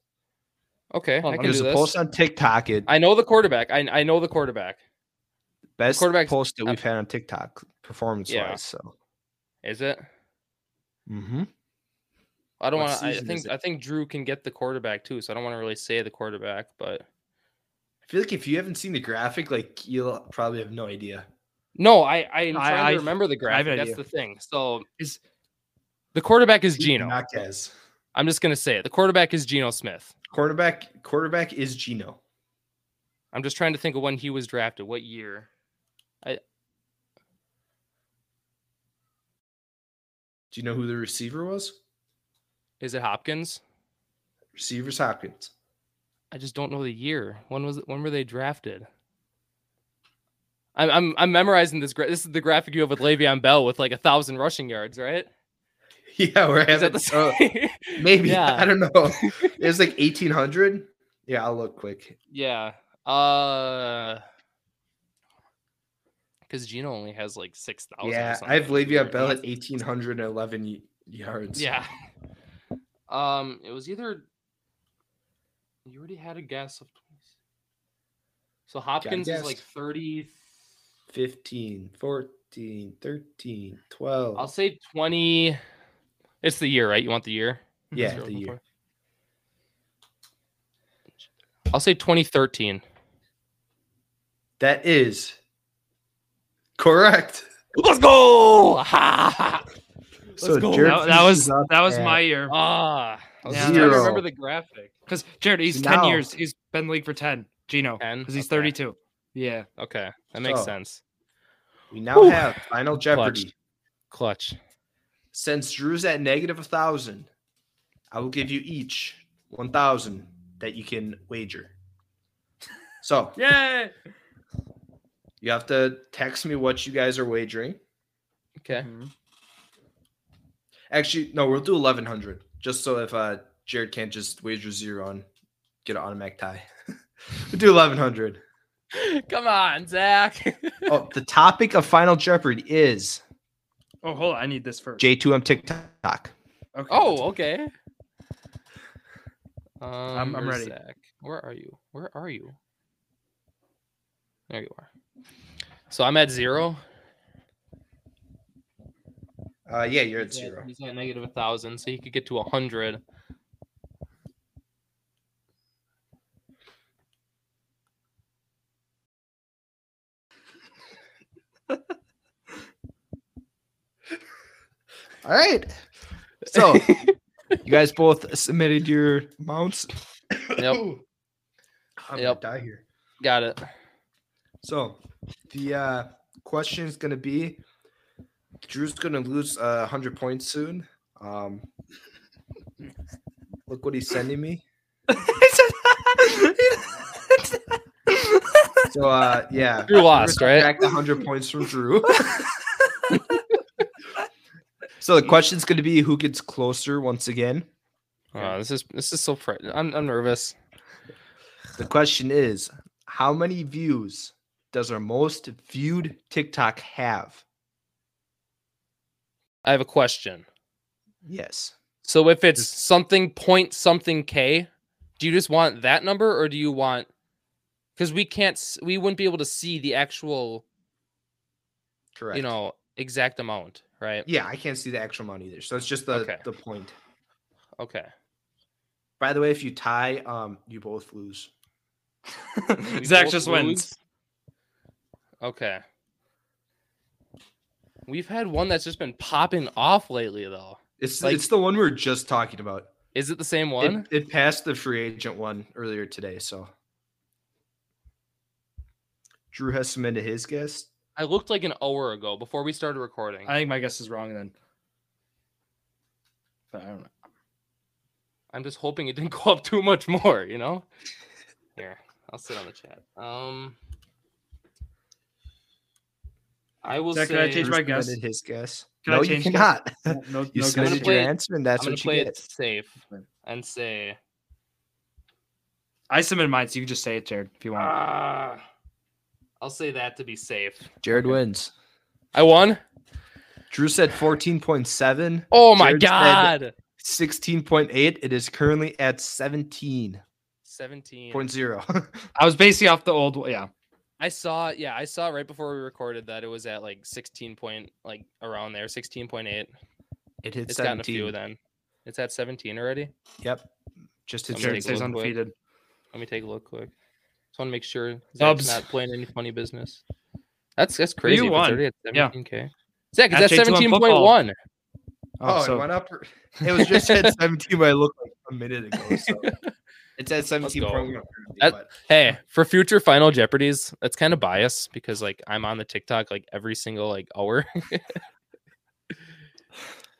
[SPEAKER 2] Okay.
[SPEAKER 1] Hold on,
[SPEAKER 2] I can do
[SPEAKER 3] There's a
[SPEAKER 2] this.
[SPEAKER 3] post on TikTok. It
[SPEAKER 2] I know the quarterback. I, I know the quarterback.
[SPEAKER 3] best
[SPEAKER 2] quarterback's-
[SPEAKER 3] post that
[SPEAKER 2] uh,
[SPEAKER 3] we've had on TikTok performance
[SPEAKER 2] Yeah.
[SPEAKER 3] wise. So
[SPEAKER 2] Is it?
[SPEAKER 3] Mhm.
[SPEAKER 2] I don't
[SPEAKER 3] What
[SPEAKER 2] want to. I
[SPEAKER 3] season is
[SPEAKER 2] think
[SPEAKER 3] it?
[SPEAKER 2] I think Drew can get the quarterback too, so I don't want to really say the quarterback, but
[SPEAKER 3] I feel like if you haven't seen the graphic, like you'll probably have no idea.
[SPEAKER 2] no, I I'm
[SPEAKER 1] I-
[SPEAKER 2] trying
[SPEAKER 1] I-
[SPEAKER 2] to remember the
[SPEAKER 1] have
[SPEAKER 2] graphic.
[SPEAKER 1] an
[SPEAKER 2] That's
[SPEAKER 1] idea.
[SPEAKER 2] the thing. So
[SPEAKER 1] Is-
[SPEAKER 2] the quarterback is Geno.
[SPEAKER 3] Marquez.
[SPEAKER 2] I'm just gonna say it. The quarterback is Geno Smith.
[SPEAKER 3] Quarterback quarterback is Gino.
[SPEAKER 2] I'm just trying to think of when he was drafted. What year?
[SPEAKER 3] Do you know who the receiver was?
[SPEAKER 2] Is it Hopkins?
[SPEAKER 3] Receivers Hopkins.
[SPEAKER 2] I just don't know the year. When was it, when were they drafted? I'm I'm, I'm memorizing this. Gra- this is the graphic you have with Le'Veon Bell with like a thousand rushing yards, right?
[SPEAKER 3] Yeah, we're
[SPEAKER 2] Is
[SPEAKER 3] having
[SPEAKER 2] that the
[SPEAKER 3] uh,
[SPEAKER 2] same?
[SPEAKER 3] maybe
[SPEAKER 2] Yeah.
[SPEAKER 3] I don't know. It was like eighteen hundred. Yeah, I'll look quick.
[SPEAKER 2] yeah. Uh, because Gino only has like six thousand.
[SPEAKER 3] yeah, I have Le'Veon Bell at eighteen hundred and eleven yards.
[SPEAKER 2] Yeah. Um, it was either. You already had a guess of. So Hopkins is
[SPEAKER 3] guessed.
[SPEAKER 2] like thirty.
[SPEAKER 3] 15, 14, 13, 12.
[SPEAKER 2] I'll say 20. It's the year, right? You want the year? That's
[SPEAKER 3] Yeah,
[SPEAKER 2] what you're
[SPEAKER 3] the
[SPEAKER 2] looking
[SPEAKER 3] year.
[SPEAKER 2] for? I'll say 2013.
[SPEAKER 3] That is correct.
[SPEAKER 2] Let's go! Ha!
[SPEAKER 3] So
[SPEAKER 2] go.
[SPEAKER 3] Jared
[SPEAKER 1] That, that was
[SPEAKER 3] finishes up
[SPEAKER 1] that was
[SPEAKER 3] at-
[SPEAKER 1] my year.
[SPEAKER 2] ah, I was
[SPEAKER 1] Yeah.
[SPEAKER 2] trying to remember
[SPEAKER 3] Zero.
[SPEAKER 2] the graphic.
[SPEAKER 1] Because Jared, he's
[SPEAKER 3] So
[SPEAKER 1] 10
[SPEAKER 3] now-
[SPEAKER 1] years. He's been in the league for 10. Gino.
[SPEAKER 2] 10?
[SPEAKER 1] Because he's
[SPEAKER 2] Okay.
[SPEAKER 1] 32. Yeah.
[SPEAKER 2] Okay, that makes
[SPEAKER 3] So-
[SPEAKER 2] sense.
[SPEAKER 3] We now
[SPEAKER 2] Whew.
[SPEAKER 3] have Final Jeopardy.
[SPEAKER 2] Clutch.
[SPEAKER 3] Since Drew's at negative a thousand, I will give you each one thousand that you can wager. So
[SPEAKER 1] Yay!
[SPEAKER 3] you have to text me what you guys are wagering.
[SPEAKER 2] Okay.
[SPEAKER 3] Actually, no, we'll do eleven hundred just so if uh Jared can't just wager zero and get an automatic tie. we'll do eleven hundred.
[SPEAKER 2] Come on, Zach.
[SPEAKER 3] Oh, the topic of Final Jeopardy is
[SPEAKER 1] Oh, hold on. I need this first.
[SPEAKER 3] J2M TikTok.
[SPEAKER 1] Okay.
[SPEAKER 2] oh, okay. Um, I'm,
[SPEAKER 1] I'm ready.
[SPEAKER 2] Zach, where are you? Where are you? There you are. So I'm at zero.
[SPEAKER 3] Uh, yeah, you're at
[SPEAKER 2] He's at-
[SPEAKER 3] zero.
[SPEAKER 2] He's at negative a thousand, so he could get to a hundred.
[SPEAKER 3] All right. So you guys both submitted your amounts.
[SPEAKER 2] Yep.
[SPEAKER 3] I'm
[SPEAKER 2] Yep.
[SPEAKER 3] gonna die here.
[SPEAKER 2] Got it.
[SPEAKER 3] So the uh, question is going to be Drew's going to lose uh, 100 points soon. Um, look what he's sending me. so, uh, yeah.
[SPEAKER 2] Drew lost,
[SPEAKER 3] We're
[SPEAKER 2] right?
[SPEAKER 3] Back to 100 points from Drew. so the question's going to be who gets closer once again.
[SPEAKER 2] Oh, this is this is so. Fr- I'm I'm nervous.
[SPEAKER 3] The question is how many views does our most viewed TikTok have?
[SPEAKER 2] I have a question.
[SPEAKER 3] Yes.
[SPEAKER 2] So if it's something point something k, do you just want that number or do you want? Because we can't, s- we wouldn't be able to see the actual,
[SPEAKER 3] Correct.
[SPEAKER 2] you know, exact amount, right?
[SPEAKER 3] Yeah, I can't see the actual amount either. So it's just the
[SPEAKER 2] Okay.
[SPEAKER 3] the point.
[SPEAKER 2] Okay.
[SPEAKER 3] By the way, if you tie, um, you both lose.
[SPEAKER 2] We
[SPEAKER 1] Zach
[SPEAKER 2] both
[SPEAKER 1] just wins.
[SPEAKER 2] lose? Okay. We've had one that's just been popping off lately, though.
[SPEAKER 3] It's
[SPEAKER 2] Like-
[SPEAKER 3] it's the one we are just talking about.
[SPEAKER 2] Is it the same
[SPEAKER 3] It-
[SPEAKER 2] one?
[SPEAKER 3] It, passed the free agent one earlier today. So Drew has submitted his guess.
[SPEAKER 2] I looked like an hour ago before we started recording.
[SPEAKER 1] I think my guess is wrong then. But I don't know.
[SPEAKER 2] I'm just hoping it didn't go up too much more, you know? Here, I'll sit on the chat. Um, I will
[SPEAKER 1] Zach,
[SPEAKER 2] say,
[SPEAKER 1] can I change
[SPEAKER 3] Drew
[SPEAKER 1] my guess?
[SPEAKER 3] submitted his guess.
[SPEAKER 1] Can I
[SPEAKER 3] no,
[SPEAKER 1] change
[SPEAKER 3] you
[SPEAKER 1] guess?
[SPEAKER 3] cannot.
[SPEAKER 1] No, no,
[SPEAKER 3] you
[SPEAKER 1] no
[SPEAKER 3] submitted
[SPEAKER 1] guess.
[SPEAKER 2] play
[SPEAKER 3] your
[SPEAKER 2] it-
[SPEAKER 3] answer, and that's
[SPEAKER 2] I'm going
[SPEAKER 3] what
[SPEAKER 2] to
[SPEAKER 3] you
[SPEAKER 2] play it
[SPEAKER 3] get.
[SPEAKER 2] safe and say,
[SPEAKER 1] I submitted mine, so you can just say it, Jared, if you want.
[SPEAKER 2] ah, I'll say that to be safe.
[SPEAKER 3] Jared wins.
[SPEAKER 2] I won?
[SPEAKER 3] Drew said 14.7,
[SPEAKER 2] Oh my
[SPEAKER 3] Jared said-
[SPEAKER 2] God.
[SPEAKER 3] 16.8. It is currently at 17.0.
[SPEAKER 2] 17.
[SPEAKER 1] I was basing off the old, yeah.
[SPEAKER 2] I saw, yeah, I saw right before we recorded that it was at like 16 point, like around there, 16.8.
[SPEAKER 3] it hit
[SPEAKER 2] It's gotten a
[SPEAKER 3] 17.
[SPEAKER 2] few then. It's at 17 already.
[SPEAKER 3] Yep. Just hit
[SPEAKER 2] I'm gonna
[SPEAKER 1] Jared
[SPEAKER 2] take a
[SPEAKER 1] stays
[SPEAKER 2] look quick.
[SPEAKER 1] undefeated.
[SPEAKER 2] Let me take a look quick. Just want to make sure
[SPEAKER 1] Dubs.
[SPEAKER 2] Zach's not playing any funny business. That's that's crazy. if it's
[SPEAKER 1] won.
[SPEAKER 2] already at
[SPEAKER 1] Yeah.
[SPEAKER 2] 17K. Zach,
[SPEAKER 1] At
[SPEAKER 2] is that
[SPEAKER 1] J2M football.
[SPEAKER 2] 17.1?
[SPEAKER 3] Oh,
[SPEAKER 1] Oh,
[SPEAKER 3] it
[SPEAKER 1] so
[SPEAKER 3] went up. It was just at 17, but it looked like a minute ago. So it's at 17.
[SPEAKER 2] go.
[SPEAKER 3] point one,
[SPEAKER 2] That-
[SPEAKER 3] but-
[SPEAKER 2] Hey, for future Final Jeopardies, that's kind of biased because like I'm on the TikTok like every single like hour.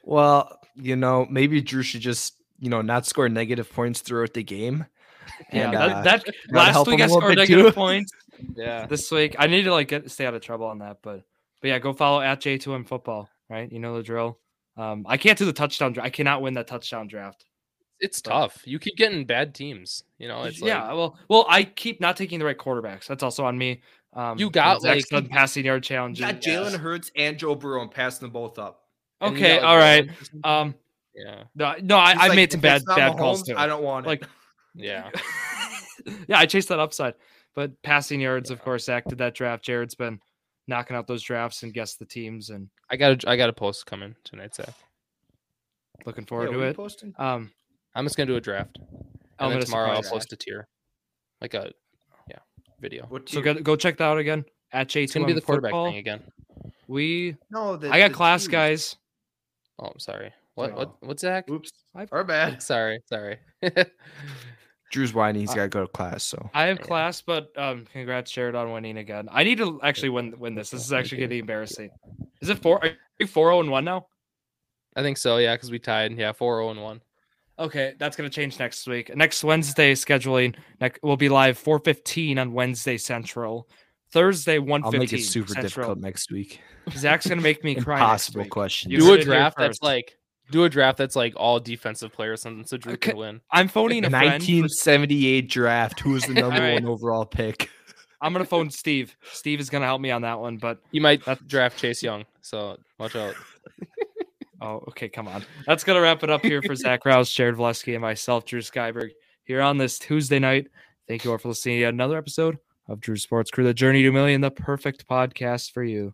[SPEAKER 3] Well, you know, maybe Drew should just, you know, not score negative points throughout the game.
[SPEAKER 1] yeah,
[SPEAKER 3] And, uh,
[SPEAKER 1] that, that
[SPEAKER 3] that'll help
[SPEAKER 1] last week
[SPEAKER 3] him a
[SPEAKER 1] I
[SPEAKER 3] little
[SPEAKER 1] scored
[SPEAKER 3] bit
[SPEAKER 1] negative
[SPEAKER 3] too.
[SPEAKER 1] points.
[SPEAKER 2] yeah.
[SPEAKER 1] This week I need to like get stay out of trouble on that, but but yeah, go follow at J2M football, right? You know the drill. Um, I can't do the touchdown. Dra- I cannot win that touchdown draft.
[SPEAKER 2] It's tough. You keep getting bad teams. You
[SPEAKER 3] Oh,
[SPEAKER 2] know, it's
[SPEAKER 1] yeah,
[SPEAKER 2] like
[SPEAKER 1] well, well, I keep not taking the right quarterbacks. That's also on me. Um,
[SPEAKER 2] You got,
[SPEAKER 1] Zach's
[SPEAKER 2] like-
[SPEAKER 1] done passing yard
[SPEAKER 3] You
[SPEAKER 1] challenges.
[SPEAKER 3] got Jalen Hurts and Joe Burrow and passing them both up.
[SPEAKER 2] and you
[SPEAKER 1] Okay,
[SPEAKER 2] got, like,
[SPEAKER 1] all right.
[SPEAKER 2] Mahomes.
[SPEAKER 1] Um,
[SPEAKER 2] Yeah.
[SPEAKER 1] no, no, I,
[SPEAKER 3] He's
[SPEAKER 1] I
[SPEAKER 3] like,
[SPEAKER 1] made some
[SPEAKER 3] "If
[SPEAKER 1] bad
[SPEAKER 3] it's not
[SPEAKER 1] bad calls
[SPEAKER 3] Mahomes,
[SPEAKER 1] too.
[SPEAKER 3] I don't want
[SPEAKER 1] Like-
[SPEAKER 3] it.
[SPEAKER 2] Yeah.
[SPEAKER 1] yeah, I chased that upside, but passing yards, of
[SPEAKER 2] Yeah.
[SPEAKER 1] course, Zach did that draft. Jared's been knocking out those drafts and guessed the teams, and
[SPEAKER 2] I got a I got a post coming tonight, Zach.
[SPEAKER 1] looking
[SPEAKER 3] Yeah,
[SPEAKER 1] forward
[SPEAKER 3] what
[SPEAKER 1] to
[SPEAKER 3] are you
[SPEAKER 1] it.
[SPEAKER 3] posting?
[SPEAKER 1] Um,
[SPEAKER 2] I'm just gonna do a draft. And
[SPEAKER 1] element
[SPEAKER 2] then
[SPEAKER 1] of
[SPEAKER 2] tomorrow I'll
[SPEAKER 1] surprise.
[SPEAKER 2] post a tier. Like a yeah, video.
[SPEAKER 3] What
[SPEAKER 1] So
[SPEAKER 3] team?
[SPEAKER 1] go, go check that out again at J
[SPEAKER 2] It's
[SPEAKER 1] two
[SPEAKER 2] gonna be the
[SPEAKER 1] M
[SPEAKER 2] quarterback
[SPEAKER 1] football.
[SPEAKER 2] thing again.
[SPEAKER 1] We
[SPEAKER 3] no, the,
[SPEAKER 1] I got
[SPEAKER 3] the
[SPEAKER 1] class,
[SPEAKER 3] teams.
[SPEAKER 1] guys.
[SPEAKER 2] Oh, I'm sorry. What
[SPEAKER 3] Oh.
[SPEAKER 2] what what's Zach?
[SPEAKER 3] Oops.
[SPEAKER 1] I've-
[SPEAKER 3] Our bad.
[SPEAKER 2] Sorry, sorry.
[SPEAKER 3] Drew's whining. He's got to go to class. So
[SPEAKER 1] I have
[SPEAKER 2] Yeah.
[SPEAKER 1] class, but um, congrats, Jared, on winning again. I need to actually win win this. This is actually getting embarrassing. Is it four? Are you four zero and one now?
[SPEAKER 2] I think so, yeah, because we tied. Yeah, four zero and one.
[SPEAKER 1] Okay, that's gonna change next week. Next Wednesday scheduling next, will be live 4:15 on Wednesday Central. Thursday 1:15
[SPEAKER 3] I'll make it super
[SPEAKER 1] Central.
[SPEAKER 3] difficult next week.
[SPEAKER 1] Zach's gonna make me cry. next
[SPEAKER 3] Impossible
[SPEAKER 1] week.
[SPEAKER 3] question.
[SPEAKER 1] You
[SPEAKER 2] do
[SPEAKER 1] heard
[SPEAKER 2] a
[SPEAKER 1] it here
[SPEAKER 2] draft that's
[SPEAKER 1] first. Uh,
[SPEAKER 2] like do a draft that's like all defensive players, something so Drew
[SPEAKER 1] Okay.
[SPEAKER 2] can win.
[SPEAKER 1] I'm phoning a friend. for-
[SPEAKER 3] 1978 draft. Who was the number
[SPEAKER 1] Alright.
[SPEAKER 3] one overall pick?
[SPEAKER 1] I'm gonna phone Steve. Steve is gonna help me on that one, but
[SPEAKER 2] You might
[SPEAKER 1] That's-
[SPEAKER 2] draft Chase Young, so watch out.
[SPEAKER 1] Oh, okay, come on. That's gonna wrap it up here for Zach Rouse, Jared Valesky, and myself, Drew Skyberg, here on this Tuesday night. Thank you all for listening to another episode of Drew Sports Crew, the Journey to a Million, the perfect podcast for you.